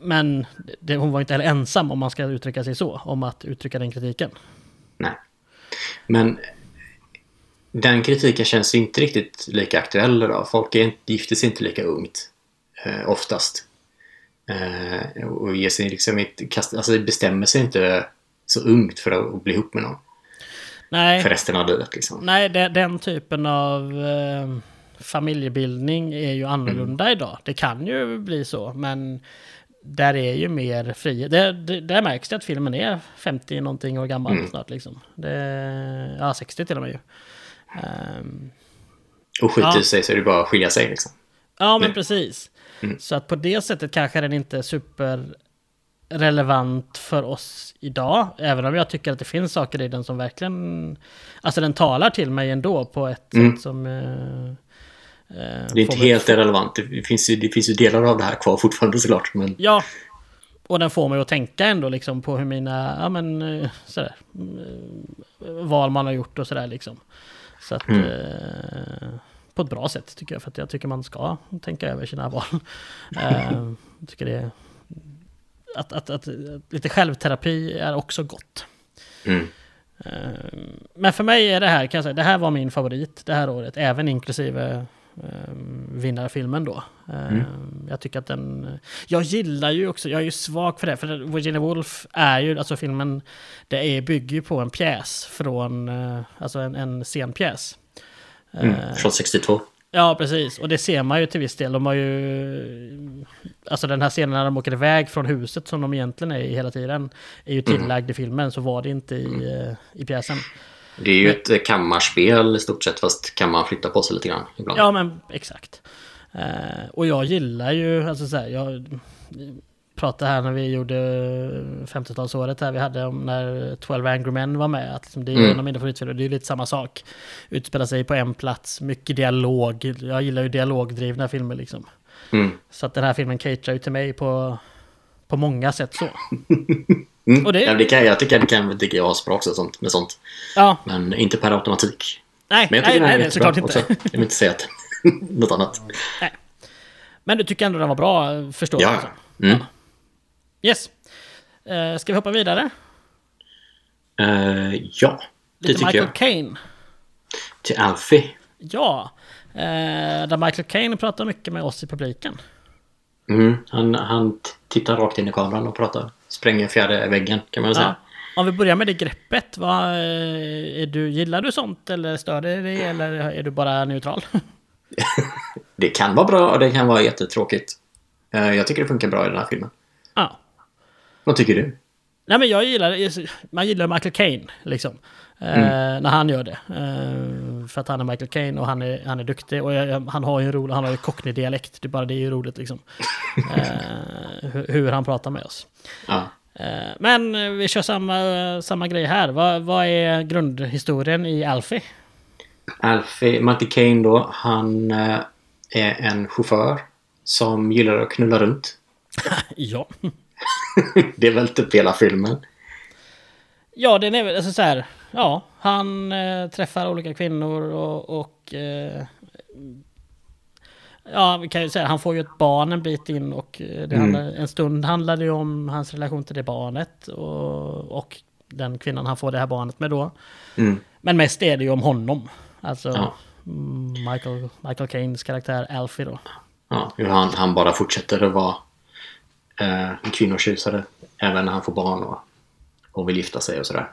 S1: men det, hon var inte heller ensam, om man ska uttrycka sig så, om att uttrycka den kritiken.
S2: Nej. Men den kritiken känns ju inte riktigt lika aktuell idag. Folk är inte, gifter sig inte lika ungt eh, oftast. Eh, och ger sig liksom inte, kast, alltså bestämmer sig inte så ungt för att bli ihop med någon
S1: Nej.
S2: för resten av livet. Liksom.
S1: Nej, de, den typen av eh, familjebildning är ju annorlunda
S2: Mm.
S1: idag. Det kan ju bli så, men där är ju mer frihet. Det, det, där märks det att filmen är 50 någonting år gammal
S2: Mm.
S1: snart. Liksom. Det, ja, 60 till och med ju. Ehm,
S2: Och skiter
S1: Ja.
S2: i sig så är det bara att skilja sig. Liksom.
S1: ja, men precis.
S2: Mm.
S1: Så att på det sättet kanske den inte är super relevant för oss idag, även om jag tycker att det finns saker i den som verkligen... Alltså den talar till mig ändå på ett sätt som... eh, eh,
S2: Mm. Det är inte
S1: får mig-
S2: helt irrelevant. Det finns, ju, det finns ju delar av det här kvar fortfarande såklart. Men
S1: Ja, [laughs] och den får mig att tänka ändå liksom på hur mina, ja men eh, sådär, eh, val man har gjort och sådär liksom. Så att... Eh, på ett bra sätt tycker jag, för att jag tycker man ska tänka över sina val. eh, jag tycker det är... Att, att, att, att lite självterapi är också gott.
S2: mm,
S1: Ehm, Men för mig är det här, kan jag säga, det här var min favorit det här året, även inklusive ehm, vinnarfilmen då. Ehm, Jag tycker att den... Jag gillar ju också, jag är ju svag för det, för Virginia Woolf är ju, alltså filmen, det är, bygger ju på en pjäs från, eh, alltså en, en scenpjäs. Eh.
S2: mm, från 62.
S1: Ja, precis. Och det ser man ju till viss del. De har ju... Alltså den här scenen när de åker iväg från huset som de egentligen är i hela tiden. Är ju tillagd i filmen, så var det inte i, eh, i pjäsen.
S2: Det är ju ett eh, kammarspel i stort sett, fast kammaren flyttar på sig lite grann ibland.
S1: Ja, men exakt. Eh, och jag gillar ju, alltså så här, jag pratade här när vi gjorde 50-talsåret här vi hade om när 12 Angry Men var med, att liksom det
S2: Mm.
S1: är en av mina favoritfilmer, det är ju lite samma sak. Utspelar sig på en plats, mycket dialog, jag gillar ju dialogdrivna filmer liksom.
S2: Mm.
S1: Så att den här filmen caterar ju till mig på, på många sätt så.
S2: Mm.
S1: Och det-
S2: ja, men det kan, jag tycker det kan tycker jag är asbra också sånt, med sånt.
S1: Ja,
S2: Men inte per automatik.
S1: nej,
S2: Men jag
S1: nej,
S2: tycker
S1: nej,
S2: den är
S1: nej, såklart
S2: jättebra
S1: inte.
S2: också. Jag vill inte säga att, [laughs] något annat.
S1: [laughs] Nej. Men du tycker ändå den var bra, förstår jag.
S2: Ja,
S1: alltså.
S2: ja. Mm.
S1: Yes. Eh, ska vi hoppa vidare?
S2: Eh, ja, det
S1: Lite
S2: tycker
S1: Michael
S2: jag.
S1: Caine.
S2: Till Alfie.
S1: Ja. Eh, där Michael Caine pratar mycket med oss i publiken.
S2: Mm. Han, han t- tittar rakt in i kameran och pratar. Spränger fjärde väggen kan man väl
S1: Ja.
S2: säga.
S1: Om vi börjar med det greppet, vad, eh, är du, gillar du sånt eller stör det dig eller är du bara neutral? [laughs]
S2: Det kan vara bra och det kan vara jättetråkigt. Eh, Jag tycker det funkar bra i den här filmen.
S1: ja.
S2: Vad tycker du?
S1: Nej men jag gillar, man gillar Michael Caine liksom. Eh,
S2: Mm.
S1: när han gör det. Eh, för att han är Michael Caine och han är, han är duktig. Och jag, jag- han har ju en rolig, han har ju cockney-dialekt. Det är bara det är ju roligt
S2: [laughs]
S1: liksom. Eh, hur, hur han pratar med oss.
S2: Ja.
S1: Eh, men eh, vi kör samma, samma grej här. Vad, vad är grundhistorien i
S2: [laughs]
S1: Alfie?
S2: Alfie, Matty Kane då, han eh, är en chaufför som gillar att knulla runt.
S1: ja.
S2: [laughs] det är väl typ hela filmen.
S1: Ja, den är väl alltså så här. Ja, han eh, träffar olika kvinnor och... och eh, ja, vi kan ju säga han får ju ett barn en bit in och eh,
S2: Mm.
S1: det handlar, en stund handlar det ju om hans relation till det barnet och, och den kvinnan han får det här barnet med då.
S2: Mm.
S1: Men mest är det ju om honom. Alltså
S2: Ja.
S1: mm, Michael, Michael Caines karaktär Alfie då.
S2: Ja, hur han, han bara fortsätter att vara eh, en kvinnotjusare även när han får barn och, och vill gifta sig och sådär.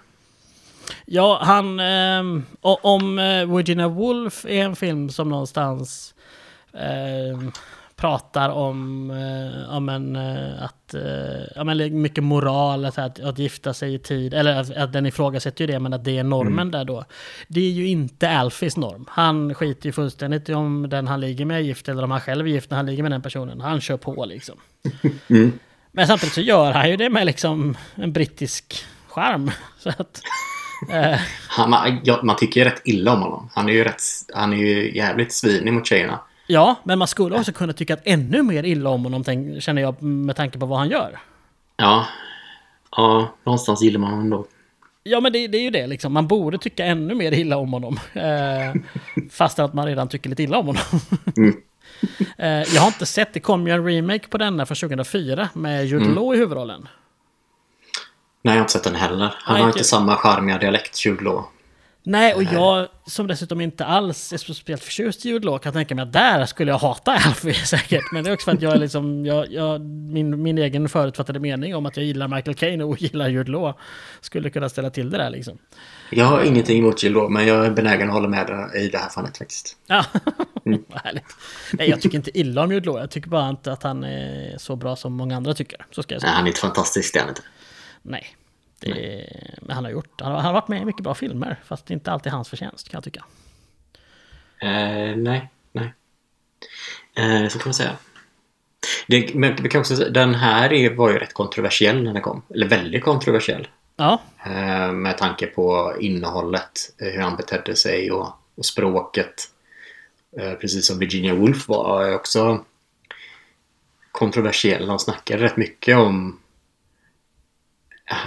S1: Ja, han... ehm, o- om eh, Virginia Woolf är en film som någonstans ehm, pratar om, eh, ja, men, eh, att, eh, ja, men, mycket moral, att, att, att gifta sig i tid, eller att, att den ifrågasätter ju det, men att det är normen där då. Det är ju inte Alfis norm. Han skiter ju fullständigt i om den han ligger med är gift eller om han själv är gift när han ligger med den personen. Han kör på liksom. Men samtidigt så gör han ju det med liksom en brittisk charm. [laughs] Så att... eh,
S2: Han, man, ja, man tycker ju rätt illa om honom. Han är ju, rätt, han är ju jävligt svinig mot tjejerna.
S1: Ja, men man skulle också kunna tycka att ännu mer illa om honom, tänk, känner jag, med tanke på vad han gör.
S2: Ja, ja någonstans gillar man honom då.
S1: Ja, men det, det är ju det liksom. Man borde tycka ännu mer illa om honom. [laughs] Eh, fast att man redan tycker lite illa om honom. [laughs] eh, jag har inte sett, det kom ju en remake på denna från 2004 med Jude Law i huvudrollen.
S2: Nej, jag har inte sett den heller. Han
S1: Nej,
S2: har
S1: inte-
S2: inte samma charmiga dialekt, Jude Law.
S1: Nej, och jag som dessutom inte alls är speciellt förtjust i Jude Law kan tänka mig att där skulle jag hata [laughs] Alfie säkert. Men det är också för att jag är liksom, jag, jag, min, min egen förutfattade mening om att jag gillar Michael Caine och [laughs] gillar Jude Law skulle kunna ställa till det där liksom.
S2: Jag har ingenting emot Jude Law, men jag är benägen att hålla med dig i det här fallet faktiskt.
S1: Ja, [laughs] vad härligt. Nej, jag tycker inte illa om Jude Law. Jag tycker bara inte att han är så bra som många andra tycker. Så ska jag
S2: Nej,
S1: säga.
S2: han är inte fantastisk, det är han inte.
S1: Nej. Det, Men han har gjort, han har, han har varit med i mycket bra filmer. Fast det är inte alltid hans förtjänst kan jag tycka.
S2: Eh, nej, nej. Eh, så kan man säga. Det, men vi kan också, säga- den här är- var ju rätt kontroversiell när den kom. Eller väldigt kontroversiell.
S1: Ja,
S2: Eh, med tanke på innehållet, eh, hur han betedde sig och, och språket. Eh, precis som Virginia Woolf var eh, också kontroversiell. De snackade rätt mycket om...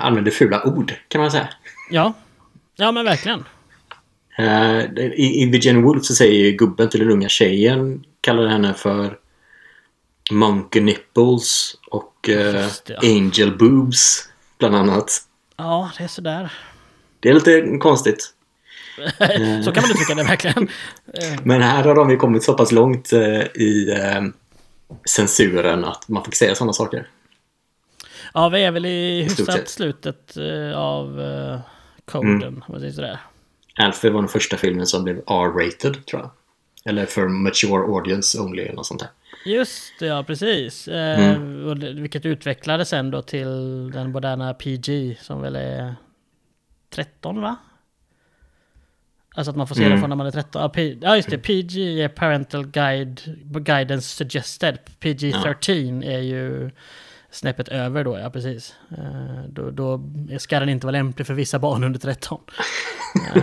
S2: Använde fula ord, kan man säga.
S1: ja. Ja men verkligen.
S2: Eh, I, I Virginia Woolf så säger ju gubben till den unga tjejen, kallar henne för Monkey Nipples och eh,
S1: Just det, ja.
S2: Angel Boobs, bland annat.
S1: Ja, det är sådär.
S2: Det är lite konstigt.
S1: Så kan man ju tycka det
S2: [laughs]
S1: verkligen. Eh,
S2: Men här har de ju kommit så pass långt eh, i eh, censuren att man fick säga sådana saker.
S1: Ja, vi är väl i
S2: stort
S1: hyfsat
S2: sett. Mm.
S1: slutet eh, av eh, koden. om man säger sådär.
S2: Alfie var den första filmen som blev R-rated, tror jag. Eller för mature audience only, eller något sånt där.
S1: Just det, ja precis. Eh,
S2: Mm.
S1: och det, vilket utvecklades sen då till den moderna PG som väl är 13 va? Alltså att man får se
S2: Mm.
S1: det från när man är 13. Ja, P- ja just det, PG är Parental Guide, Guidance Suggested. PG-13 är ju snäppet över då, ja precis. Eh, då, då ska den inte vara lämplig för vissa barn under
S2: [laughs]
S1: 13. Eh,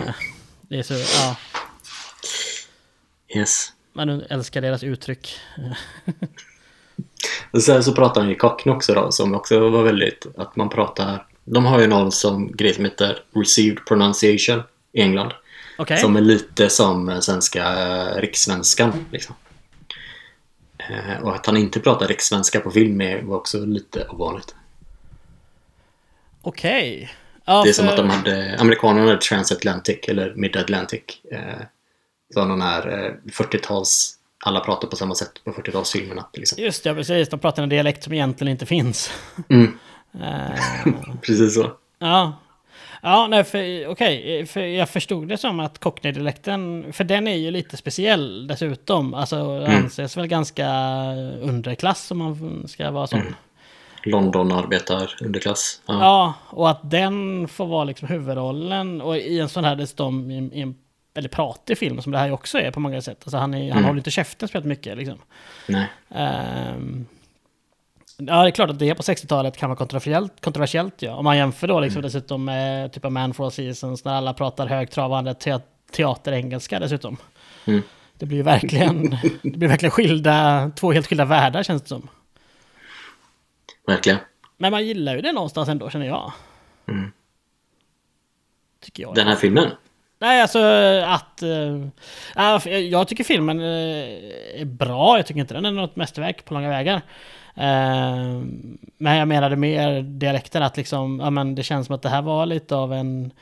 S1: det är så, ja.
S2: Yes.
S1: Man älskar deras uttryck. Eh,
S2: Och sen så pratar han ju kocken också då, som också var väldigt, att man pratar, de har ju någon som grej som heter received pronunciation i England.
S1: Okej.
S2: Som är lite som eh, svenska eh, rikssvenskan liksom. Eh, Och att han inte pratar rikssvenska på film är- var också lite ovanligt.
S1: Okej. Ja,
S2: Det är som
S1: för-
S2: att de hade, amerikanerna hade transatlantic eller mid-atlantic. Eh, så har någon här eh, 40-tals alla pratar på samma sätt på 40-talsfilmerna. Liksom.
S1: Just det, precis. De pratar en dialekt som egentligen inte finns.
S2: Mm,
S1: Eh,
S2: precis så.
S1: Ja. Ja, nej, för, okej, för jag förstod det som att Cockney-dialekten, för den är ju lite speciell dessutom. Alltså, den anses väl ganska underklass om man ska vara sån.
S2: London arbetar underklass. Ja.
S1: Ja, och att den får vara liksom huvudrollen och i en sån här dessutom, i, en- i en väldigt pratig film som det här ju också är på många sätt. Alltså han, är, han håller inte käften speciellt mycket liksom.
S2: Nej.
S1: Ehm, ja, det är klart att det på 60-talet kan vara kontroversiellt, kontroversiellt ja. Om man jämför då
S2: Mm.
S1: liksom dessutom med typ av Man for All Seasons när alla pratar högtravande te teaterengelska dessutom.
S2: Mm.
S1: Det blir ju verkligen, det blir verkligen skilda, två helt skilda världar känns det som.
S2: Verkligen.
S1: Men man gillar ju det någonstans ändå känner jag.
S2: Mm.
S1: Tycker jag.
S2: Den här filmen?
S1: Nej, alltså att... eh, ja, för jag- jag tycker filmen eh, är bra. Jag tycker inte den är något mästerverk på långa vägar. Eh, men jag menade mer dialekten att liksom, ja men det känns som att det här var lite av en...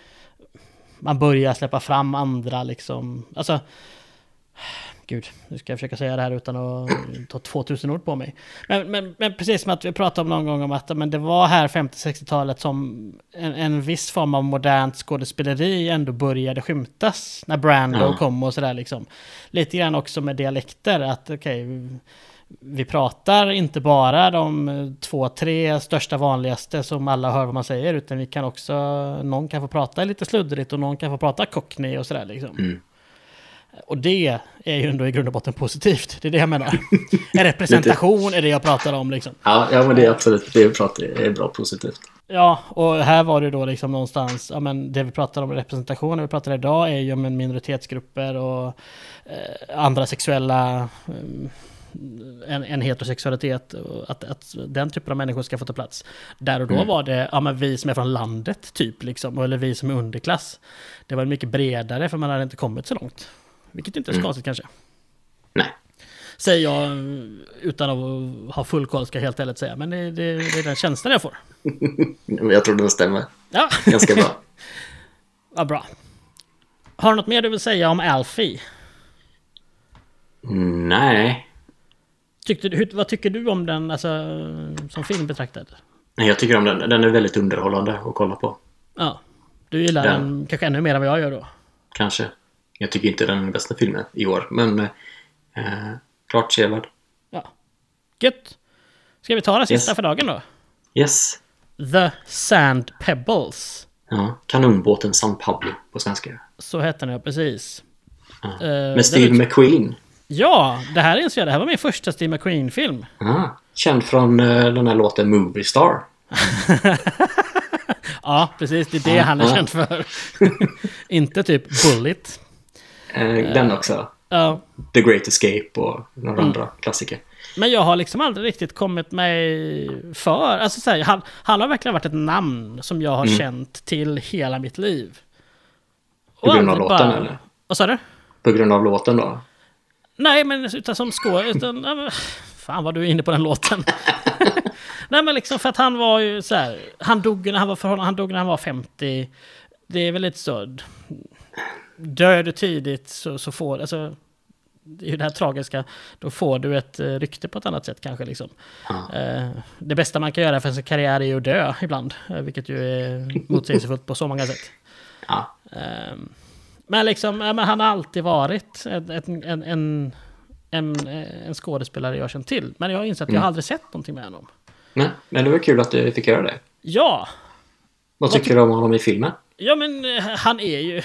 S1: Man börjar släppa fram andra liksom, alltså... Gud, nu ska jag försöka säga det här utan att ta 2000 ord på mig. Men, men, men precis som att vi pratade om någon gång om att ja, men det var här 50-60-talet som en, en viss form av modernt skådespeleri ändå började skymtas. När Brando
S2: Ja.
S1: kom och sådär liksom. Lite grann också med dialekter, att okej, vi pratar inte bara de eh, två, tre största vanligaste som alla hör vad man säger, utan vi kan också, någon kan få prata lite sluddrigt och någon kan få prata cockney och sådär liksom.
S2: Mm.
S1: Och det är ju ändå i grund och botten positivt, det är det jag menar. En representation är det jag pratar om liksom.
S2: Ja, ja men det är absolut. Det är bra, det är bra positivt.
S1: Ja, och här var det då liksom någonstans, ja men det vi pratar om representation, det vi pratar idag är ju om en minoritetsgrupper och eh, andra sexuella, eh, en, en heterosexualitet, och att, att den typen av människor ska få ta plats. Där och då var det, ja men vi som är från landet typ, liksom, eller vi som är underklass. Det var mycket bredare för man hade inte kommit så långt. Vilket inte är så konstigt kanske.
S2: Nej.
S1: Säger jag utan att ha full koll ska jag helt ärligt säga, men det, det, det är den känslan jag får.
S2: Men Jag tror den stämmer
S1: Ja.
S2: ganska bra.
S1: Vad bra. Har du något mer du vill säga om Alfie?
S2: Mm, Nej.
S1: Tyckte, du- hur, vad tycker du om den alltså, som film betraktad?
S2: Nej, Jag tycker om den. Den är väldigt underhållande att kolla på.
S1: Ja. Du gillar
S2: Ja.
S1: den kanske ännu mer än vad jag gör då?
S2: Kanske. Jag tycker inte den är den bästa filmen i år, men eh, eh, klart sevärd.
S1: Ja. Gött. Ska vi ta den sista
S2: Yes.
S1: för dagen då?
S2: Yes.
S1: The Sand Pebbles.
S2: Ja, kanonbåten San Pablo på svenska.
S1: Så heter den ja, precis.
S2: Ja.
S1: Eh, den
S2: Med Steve
S1: ut-
S2: McQueen.
S1: Ja, det här är jag. Det här var min första Steve McQueen-film. [laughs]
S2: Ja, Ah, känd från eh, den här låten Movie Star.
S1: Ja, precis. Det är det han är
S2: Ja.
S1: känd för. [laughs] Inte typ Bullet.
S2: Eh, Den också.
S1: Ja.
S2: The Great Escape och några andra klassiker.
S1: Men jag har liksom aldrig riktigt kommit mig för. Alltså så här, han, han har verkligen varit ett namn som jag har
S2: Mm.
S1: känt till hela mitt liv.
S2: På grund av
S1: aldrig
S2: låten, eller?
S1: Vad sa du?
S2: På grund av låten då.
S1: Nej, men utan som skå... Utan, ja, men, fan vad du är inne på den låten. Nej, men liksom för att han var ju så här... Han dog ju när han var, förhållande, han dog när han var 50. Det är väl lite så... Dör du tidigt så, så får... Alltså, det är ju det här tragiska. Då får du ett eh, rykte på ett annat sätt kanske. Liksom.
S2: Ja.
S1: Eh, Det bästa man kan göra för sin karriär är ju att dö ibland. eh, Vilket ju är motsägelsefullt på så många sätt.
S2: Ja.
S1: Ehm, Men liksom, ja, men han har alltid varit en, en, en, en, en, en skådespelare jag känt till. Men jag har insett att jag har aldrig sett någonting med honom.
S2: Men, men det var kul att du fick göra det.
S1: Ja,
S2: Vad tycker du om honom i filmen?
S1: ja men eh, han är ju...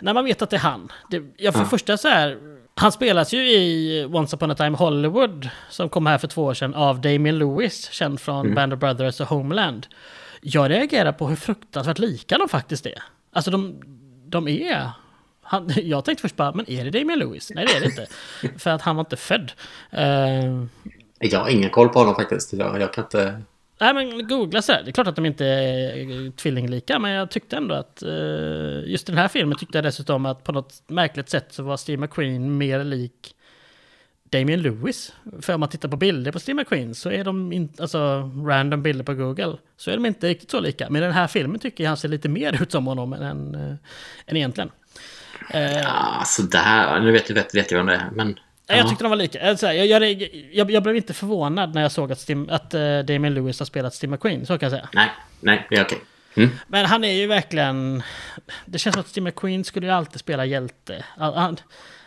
S1: När man vet att det är han. Det, jag för det första så här... Han spelas ju i Once upon a time Hollywood, som kom här för två år sedan, av Damien Lewis, känd från Band of Brothers och Homeland. Jag reagerar på hur fruktansvärt lika de faktiskt är. Alltså de, de är... Han, jag tänkte först bara, men är det Damien Lewis? Nej, det är det inte. för att han var inte född. Eh,
S2: Jag har ingen koll på honom faktiskt. Jag, jag kan inte...
S1: Nej men googla så här. Det är klart att de inte är tvillinglika men jag tyckte ändå att eh, just i den här filmen tyckte jag dessutom att på något märkligt sätt så var Steve McQueen mer lik Damien Lewis. För om man tittar på bilder på Steve McQueen så är de inte, alltså random bilder på Google, så är de inte riktigt så lika. Men i den här filmen tycker jag han ser lite mer [laughs] ut som honom än, än, än egentligen. Eh,
S2: Ah, sådär. Nu vet, vet, vet jag vem det är. Men
S1: Nej, Jag
S2: Ja.
S1: tyckte de var lika. Eh, så här, Jag, jag, jag, jag blev inte förvånad när jag såg att, Stim, att eh, Damien Lewis har spelat Steve McQueen, så kan jag säga.
S2: Nej, nej, det är okej. Mm.
S1: Men han är ju verkligen... Det känns som att Steve McQueen skulle ju alltid spela hjälte. All, han,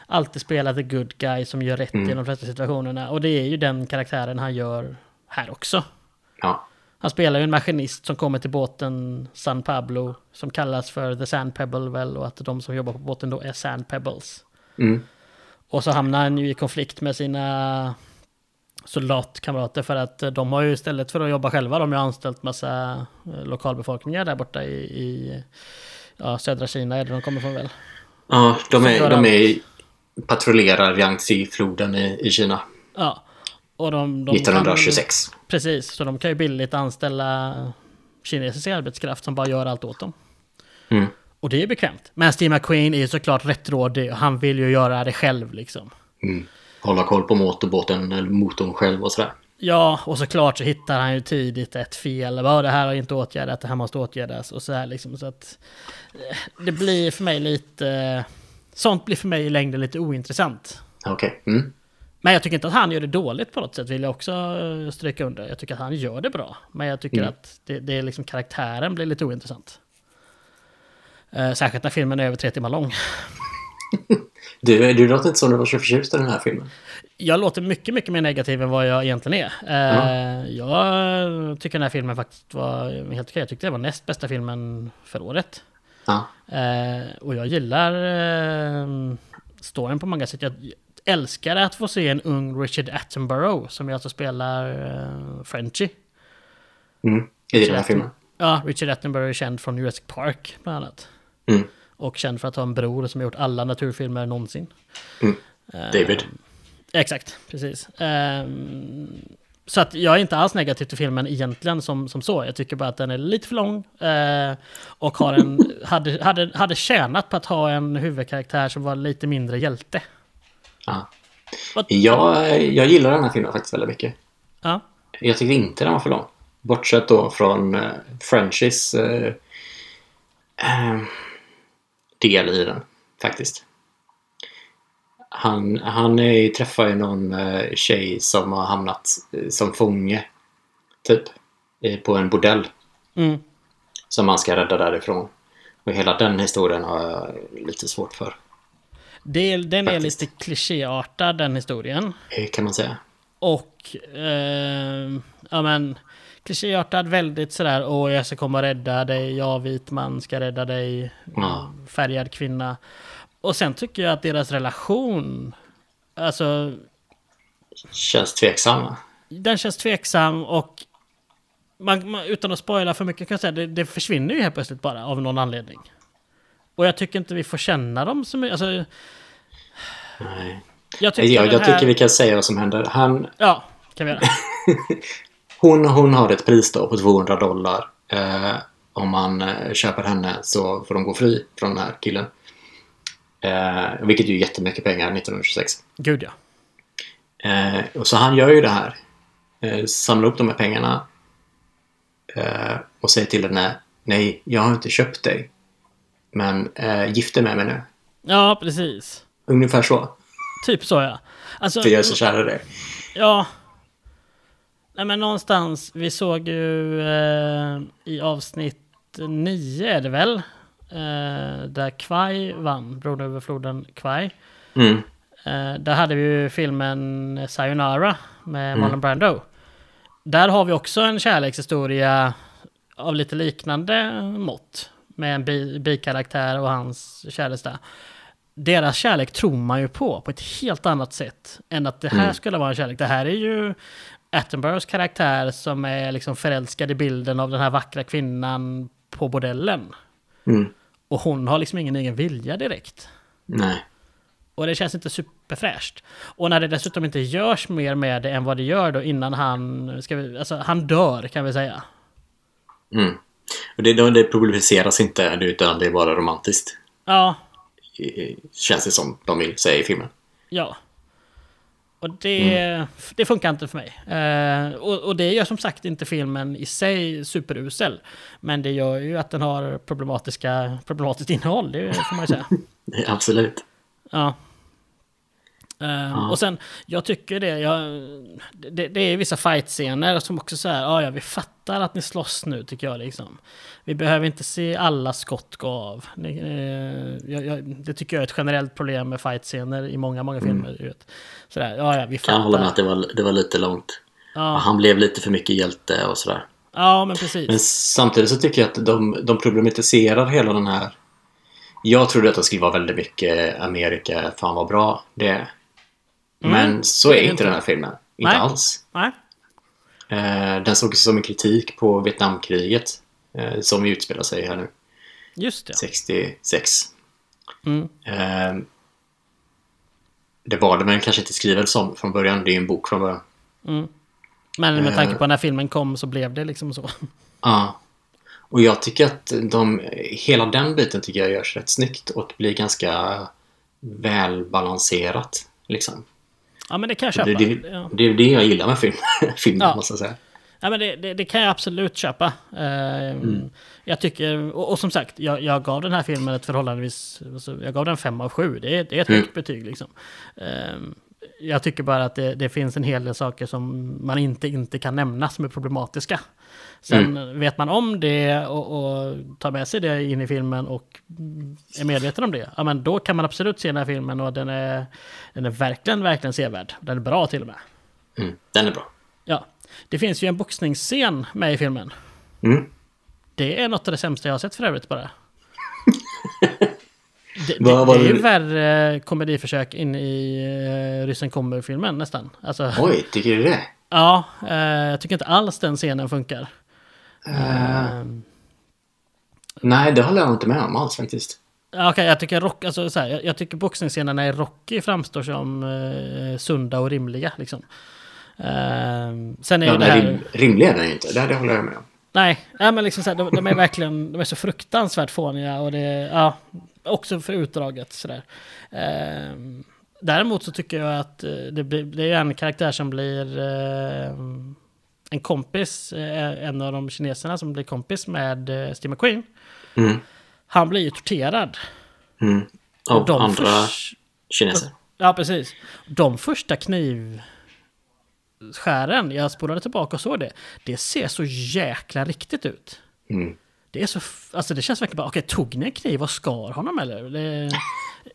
S1: alltid spela the good guy som gör rätt i de flesta situationerna. Och det är ju den karaktären han gör här också.
S2: Ja.
S1: Han spelar ju en maskinist som kommer till båten San Pablo, som kallas för The Sand Pebble väl, och att de som jobbar på båten då är Sand Pebbles.
S2: Mm.
S1: Och så hamnar han ju i konflikt med sina soldatkamrater för att de har ju istället för att jobba själva, de har ju anställt massa eh, lokalbefolkningar där borta i, i ja, södra Kina är det de kommer från väl.
S2: Ja, de, är,
S1: gör
S2: de
S1: han-
S2: är, patrullerar Yangtze-floden i, i Kina
S1: Ja. Och de, de
S2: 1926.
S1: Kan, precis, så de kan ju billigt anställa kinesisk arbetskraft som bara gör allt åt dem.
S2: Mm.
S1: Och det är bekvämt. Men Steve McQueen är ju såklart rättrådig och han vill ju göra det själv liksom.
S2: Mm. Hålla koll på motorbåten eller motorn själv och sådär.
S1: Ja, och såklart så hittar han ju tidigt ett fel. Bara, det här har inte åtgärdat, det här måste åtgärdas och så här liksom. Så att eh, det blir för mig lite... eh, Sånt blir för mig i längden lite ointressant.
S2: Okej. Mm.
S1: Men jag tycker inte att han gör det dåligt på något sätt, vill jag också eh, stryka under. Jag tycker att han gör det bra. Men jag tycker att det, det är liksom karaktären blir lite ointressant. Eh, Särskilt när filmen är över tre timmar lång. [laughs]
S2: Du, du låter inte som du var så förtjust i den här filmen.
S1: Jag låter mycket, mycket mer negativ än vad jag egentligen är. Eh, Jag tycker den här filmen faktiskt var helt okej. Jag tyckte det var näst bästa filmen för året.
S2: Ja.
S1: Eh, och jag gillar eh, storyn på många sätt. Jag älskar att få se en ung Richard Attenborough som ju alltså spelar eh, Frenchy.
S2: Mm. I den här filmen.
S1: Ja, Richard Attenborough är känd från Jurassic Park bland annat.
S2: Mm.
S1: Och känd för att ha en bror som har gjort alla naturfilmer någonsin.
S2: David.
S1: Exakt, precis. Ehm, så att jag är inte alls negativ till filmen egentligen som, som så. Jag tycker bara att den är lite för lång. eh, och har en, hade, hade, hade tjänat på att ha en huvudkaraktär som var lite mindre hjälte.
S2: Ja.
S1: Vad-
S2: Jag, jag gillar den här filmen faktiskt väldigt mycket.
S1: Ja,
S2: Jag tyckte inte den var för lång. Bortsett då från eh, Frenchies eh, eh, del i den, faktiskt. Han, han är, ju- träffar ju någon eh, tjej som har hamnat eh, som fånge, typ, eh, på en bordell
S1: mm,
S2: som han ska rädda därifrån. Och hela den historien har jag lite svårt för,
S1: det, den är
S2: Faktiskt.
S1: lite klichéartad den historien.
S2: eh, kan man säga.
S1: Och, ehm, ja men, klichéartad väldigt sådär, åh jag ska komma och rädda dig, jag vit man ska rädda dig,
S2: Ja.
S1: färgad kvinna. Och sen tycker jag att deras relation, alltså,
S2: Känns tveksam, va?
S1: den känns tveksam och man, man, utan att spoila för mycket kan jag säga, det, det försvinner ju helt plötsligt bara av någon anledning. Och jag tycker inte vi får känna dem så mycket. Alltså,
S2: Nej.
S1: jag tycker,
S2: Jag,
S1: den
S2: jag
S1: här,
S2: tycker vi kan säga vad som händer. Han,
S1: Ja, kan vi göra.
S2: Hon, hon har ett pris då på 200 dollar. Eh, om man eh, köper henne så får de gå fri från den här killen. Eh, vilket är ju jättemycket pengar 1926.
S1: Gud ja.
S2: Eh, och så han gör ju det här. Eh, samlar upp de här pengarna. Eh, och säger till henne. Nej, jag har inte köpt dig. Men eh, gift dig med mig nu.
S1: Ja, precis.
S2: Ungefär så.
S1: Typ så ja. Alltså,
S2: För jag är så kär i dig.
S1: Ja. Nej men någonstans, vi såg ju eh, i avsnitt nio är det väl? Eh, där Kvai vann, Bron över floden Kvai.
S2: Mm.
S1: Eh, där hade vi ju filmen Sayonara med Marlon Brando. Där har vi också en kärlekshistoria av lite liknande mått. Med en bi- bikaraktär och hans käresta. Deras kärlek tror man ju på, på ett helt annat sätt. Än att det här skulle vara en kärlek. Det här är ju Attenboroughs karaktär som är liksom förälskad i bilden av den här vackra kvinnan på bordellen.
S2: Mm.
S1: Och hon har liksom ingen egen vilja direkt.
S2: Nej.
S1: Och det känns inte superfräscht. Och när det dessutom inte görs mer med det än vad det gör då innan han... Ska vi, alltså han dör kan vi säga.
S2: Mm. Och det, det publiceras inte utan det är bara romantiskt.
S1: Ja,
S2: eh, känns det som de vill säga i filmen.
S1: ja. Och det, det funkar inte för mig. Eh, och, och det gör som sagt inte filmen i sig superusel. Men det gör ju att den har problematiska, problematiskt innehåll, det får man ju säga.
S2: Nej, Absolut.
S1: Ja. Ehm, Och sen, jag tycker det, jag, det, det är vissa fight-scener som också så här, "Ah, ja vi fattar att ni slåss nu tycker jag liksom. Vi behöver inte se alla skott gå av. Det, eh, jag, jag, det tycker jag är ett generellt problem med fight-scener i många, många filmer. du Vet. Sådär, ja ja vi
S2: Mm. Kan hålla med
S1: fattar.
S2: att det var, det var lite långt.
S1: Ja,
S2: Han blev lite för mycket hjälte och sådär.
S1: ja men precis.
S2: Men samtidigt så tycker jag att de, de problematiserar hela den här... Jag trodde att det skulle vara väldigt mycket Amerika, fan vad bra det är. Men så Mm. är
S1: det är
S2: inte,
S1: inte.
S2: den här filmen. Inte
S1: Nej.
S2: alls.
S1: Nej.
S2: Eh, den såg som en kritik på Vietnamkriget eh, som ju utspelar sig här nu,
S1: Just det.
S2: 66.
S1: Mm.
S2: Eh, det var det, men kanske inte skriven som från början. Det är ju en bok från början.
S1: Men med
S2: Eh.
S1: tanke på när filmen kom så blev det liksom så. [laughs]
S2: Ja. Och jag tycker att de, hela den biten tycker jag görs rätt snyggt och blir ganska välbalanserat. Liksom.
S1: Ja men det kan jag
S2: Det,
S1: köpa.
S2: det,
S1: Ja.
S2: det är det jag gillar med film, [laughs] filmen,
S1: Ja.
S2: måste jag säga.
S1: Ja, men det, det, det kan jag absolut köpa. Ehm, Jag tycker, och, och som sagt, jag, jag gav den här filmen ett förhållandevis... Alltså, jag gav den 5 av 7. Det, är- det är ett
S2: Mm.
S1: högt betyg liksom. Ehm, jag tycker bara att det, det finns en hel del saker som man inte, inte kan nämna som är problematiska. Sen vet man om det och, och tar med sig det in i filmen och mm, är medveten om det. Ja, men då kan man absolut se den här filmen och den är, den är verkligen, verkligen sevärd. Den är bra till och med.
S2: Mm, den är bra.
S1: Ja. Det finns ju en boxningsscen med i filmen.
S2: Mm.
S1: Det är något av det sämsta jag har sett för övrigt
S2: [laughs]
S1: bara. Det, det,
S2: Vad var
S1: det är ju
S2: det?
S1: värre eh, komediförsök in i uh, Ryssen kommer-filmen nästan. Alltså,
S2: Oj, tycker du det?
S1: ja, eh, jag tycker inte alls den scenen funkar.
S2: Eh.
S1: Eh,
S2: Nej, det håller jag inte med om alls faktiskt.
S1: Ja, Okej, jag tycker rock, alltså, så här, jag, jag tycker boxningsscenerna i Rocky framstår som eh, sunda och rimliga. Liksom. Eh, sen är
S2: Ja,
S1: ju det
S2: nej,
S1: här...
S2: rim, rimlig är den ju inte. Det, det håller jag med om.
S1: Nej, nej men liksom så här, de, de är verkligen de är så fruktansvärt fåniga och det, ja, också för utdraget sådär. Ehm, däremot så tycker jag att eh, det, blir, det är en karaktär som blir ehm, en kompis, eh, en av de kineserna som blir kompis med eh, Steve McQueen.
S2: Mm,
S1: Han blir ju torterad.
S2: mm. Av
S1: De
S2: andra
S1: förs-
S2: kineser.
S1: Ja, precis. De första knivskären, jag spolade tillbaka och såg det. Det ser så jäkla riktigt ut.
S2: Mm.
S1: Det är så, f- alltså det känns verkligen bara, okej tog ni en kniv och skar honom eller? Det,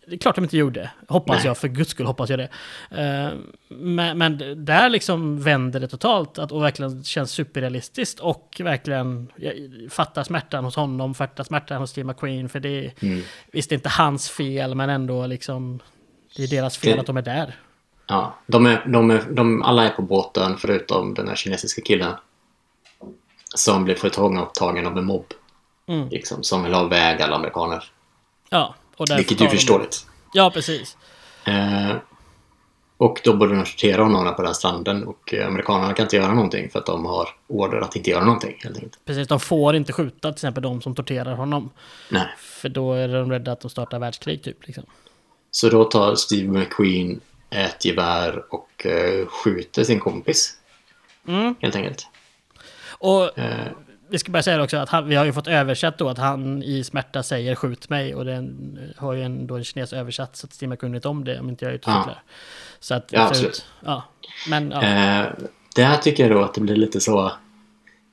S1: det är klart de inte gjorde, hoppas
S2: Nej.
S1: jag, för guds skull hoppas jag det. Eh, men, men d- där liksom vänder det totalt att, och verkligen känns superrealistiskt och verkligen jag, fattar smärtan hos honom, fattar smärtan hos Steve McQueen för det är,
S2: Mm.
S1: visst det är inte hans fel men ändå liksom det är deras fel
S2: Det-
S1: att de är där.
S2: Ja, de är, de är, de, alla är på båten förutom den här kinesiska killen. Som blir förtagen av en mobb.
S1: Mm.
S2: Liksom, som vill ha iväg alla amerikaner.
S1: Ja, och därför
S2: vilket ju är
S1: tar de-
S2: förståeligt.
S1: Ja, precis.
S2: Eh, och då borde de sortera honom på den här stranden och eh, amerikanerna kan inte göra någonting för att de har order att inte göra någonting helt enkelt.
S1: Precis, de får inte skjuta till exempel de som torterar honom.
S2: Nej.
S1: För då är de rädda att de startar världskrig typ. Liksom.
S2: Så då tar Steve McQueen ett gevär och eh, skjuter sin kompis.
S1: Mm.
S2: Helt enkelt.
S1: Och
S2: Eh,
S1: vi ska bara säga det också att han, vi har ju fått översatt då att han i smärta säger skjut mig och den har ju en, då en kines översatt så att Stima kunde inte om det om inte jag är ute och
S2: Ja.
S1: cyklar. Så att,
S2: Ja,
S1: så-
S2: absolut.
S1: Ja, men ja.
S2: Eh, där tycker jag då att det blir lite så...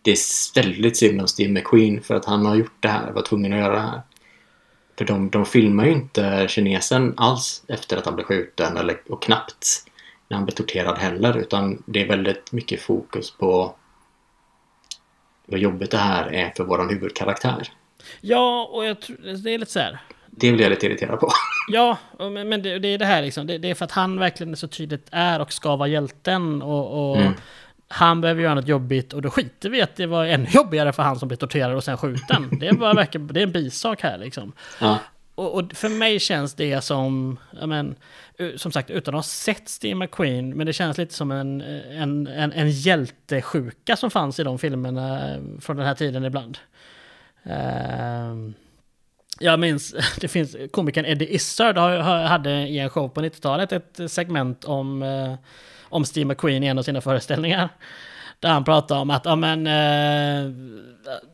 S2: Det är väldigt synd om Steve McQueen för att han har gjort det här, var tvungen att göra det här. För de, de filmar ju inte kinesen alls efter att han blev skjuten eller, och knappt när han blev torterad heller utan det är väldigt mycket fokus på vad jobbigt det här är för våran huvudkaraktär.
S1: ja, och jag tror, det är lite så här.
S2: Det blir jag lite irriterad på. [laughs]
S1: Ja, och men men det, det är det här liksom. Det, det är för att han verkligen så tydligt är och ska vara hjälten. Och, och Han behöver göra något jobbigt och då skiter vi i att det var ännu jobbigare för han som blir torterad och sen skjuten. Det är, bara, verkar- det är en bisak här liksom.
S2: Ja,
S1: Och, och för mig känns det som, ja, men, u- som sagt utan att ha sett Steve McQueen, men det känns lite som en, en, en, en hjältesjuka som fanns i de filmerna eh, från den här tiden ibland. Ehm, jag minns, [laughs] det finns, komikern Eddie Izzard har, har, hade i en show på 90-talet ett segment om, eh, om Steve McQueen i en av sina föreställningar. Där han pratar om att, ja men, eh,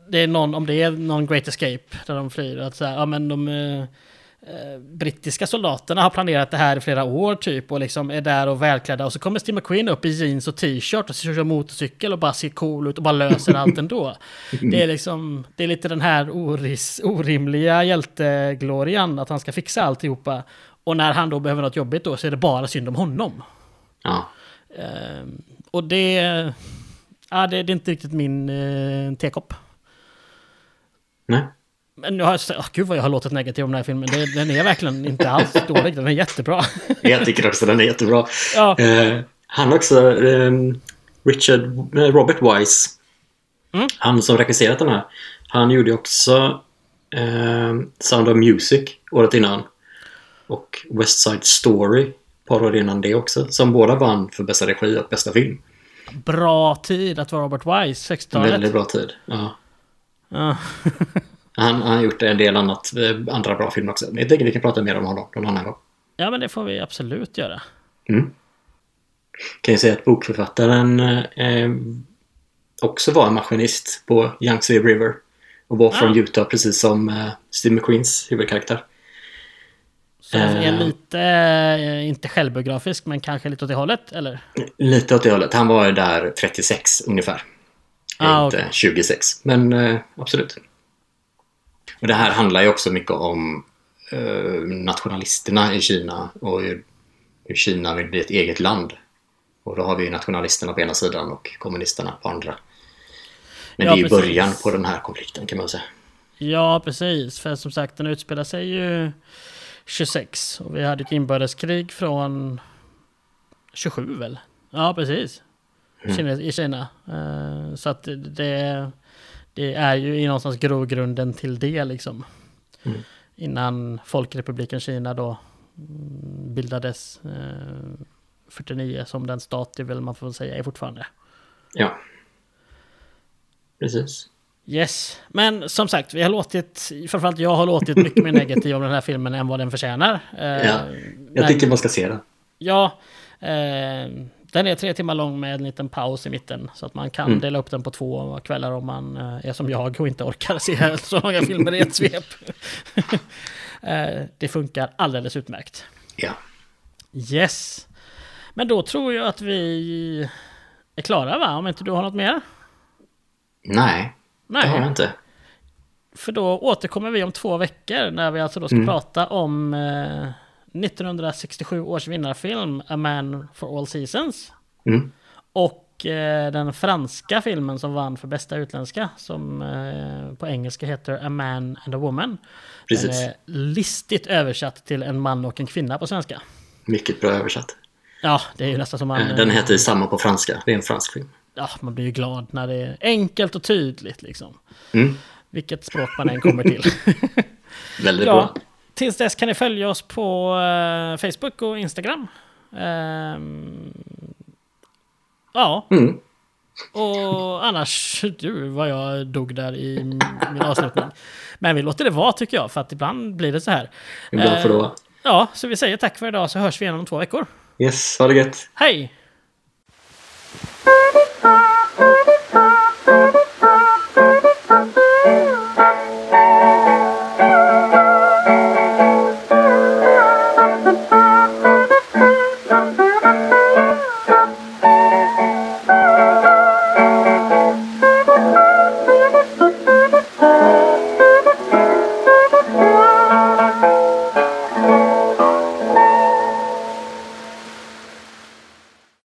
S1: det är någon, om det är någon Great Escape där de flyr, att så här, ja men de, eh, eh, brittiska soldaterna har planerat det här i flera år typ och liksom är där och välklädda och så kommer Steve McQueen upp i jeans och t-shirt och så kör motorcykel och bara ser cool ut och bara löser allt ändå. Det är liksom, det är lite den här oris, orimliga hjälteglorian att han ska fixa alltihopa. Och när han då behöver något jobbigt då så är det bara synd om honom.
S2: Ja.
S1: Eh, och det, ja, det, det är inte riktigt min eh, tekopp.
S2: Nej.
S1: Men nu har jag, oh, gud vad jag har låtit negativ om den här filmen. Det, den är verkligen inte
S2: [laughs]
S1: alls dålig, den är jättebra.
S2: Jag tycker också den är jättebra.
S1: Ja.
S2: Eh, han också, eh, Richard, eh, Robert Wise,
S1: Mm.
S2: han som regisserat den här, han gjorde också eh, Sound of Music året innan. Och West Side Story ett par år innan det också. Som båda vann för bästa regi och bästa film.
S1: Bra tid att vara Robert Wise,
S2: Väldigt
S1: 60-talet.
S2: bra tid. Ja.
S1: Ja.
S2: Han han har gjort en del annat, eh, andra bra filmer också. Men Jag tänker vi kan prata mer om honom någon annan gång.
S1: ja, men det får vi absolut göra.
S2: kan ju säga att bokförfattaren eh, också var en maskinist på Yangtze River och var från Utah precis som eh, Steve McQueens huvudkaraktär.
S1: Så den är
S2: Eh.
S1: lite, eh, inte självbiografisk, men kanske lite åt det hållet, eller?
S2: Lite åt det hållet. Han var ju där 36 ungefär.
S1: Ah,
S2: Inte
S1: okej.
S2: 26, men eh, absolut. Och det här handlar ju också mycket om eh, nationalisterna i Kina och hur hur Kina vill bli ett eget land. Och då har vi ju nationalisterna på ena sidan och kommunisterna på andra. Men
S1: Ja,
S2: det är ju
S1: precis.
S2: början på den här konflikten kan man säga.
S1: Ja, precis. För som sagt, den utspelar sig ju 26. Och vi hade ett inbördeskrig från 27 väl? Ja, precis. Kina, I Kina. Eh, så att det, det är ju i någonstans grogrunden till det liksom. Innan Folkrepubliken Kina då mm, bildades eh, 49 som den stat det vill man får säga är fortfarande.
S2: Ja. Precis.
S1: Yes, men som sagt, vi har låtit, framförallt jag har låtit mycket mer negativ om den här filmen än vad den förtjänar. Eh,
S2: Ja. Jag
S1: men-
S2: tycker man ska se den.
S1: Ja, eh, den är tre timmar lång med en liten paus i mitten. Så att man kan
S2: Mm.
S1: dela upp den på två kvällar om man eh, är som jag och inte orkar se [laughs] så långa filmer i ett svep. [laughs] eh, det funkar alldeles utmärkt.
S2: Ja.
S1: Yes. Men då tror jag att vi är klara va? Om inte du har något mer?
S2: Nej,
S1: Nej.
S2: det har jag inte.
S1: För då återkommer vi om två veckor när vi alltså då ska
S2: Mm.
S1: prata om eh, 1967 års vinnarfilm A Man for All Seasons.
S2: Mm.
S1: Och eh, den franska filmen som vann för bästa utländska som eh, på engelska heter A Man and a Woman.
S2: Precis.
S1: Den är listigt översatt till En man och en kvinna på svenska.
S2: Mycket bra översatt.
S1: Ja, det är ju nästan som man...
S2: Eh, Den heter samma på franska. Det är en fransk film.
S1: ja, man blir ju glad när det är enkelt och tydligt liksom.
S2: Mm.
S1: Vilket språk man än kommer
S2: [laughs]
S1: till.
S2: Väldigt
S1: Ja,
S2: bra.
S1: tills dess kan ni följa oss på eh, Facebook och Instagram. Ehm, ja,
S2: Mm.
S1: och annars, du vad jag dog där i min avslutning. Men vi låter det vara tycker jag, för att ibland blir det så här.
S2: Ibland får det
S1: Eh,
S2: vara.
S1: Ja, så vi säger tack för idag så hörs vi igen om två veckor.
S2: Yes, ha det gött.
S1: Hej!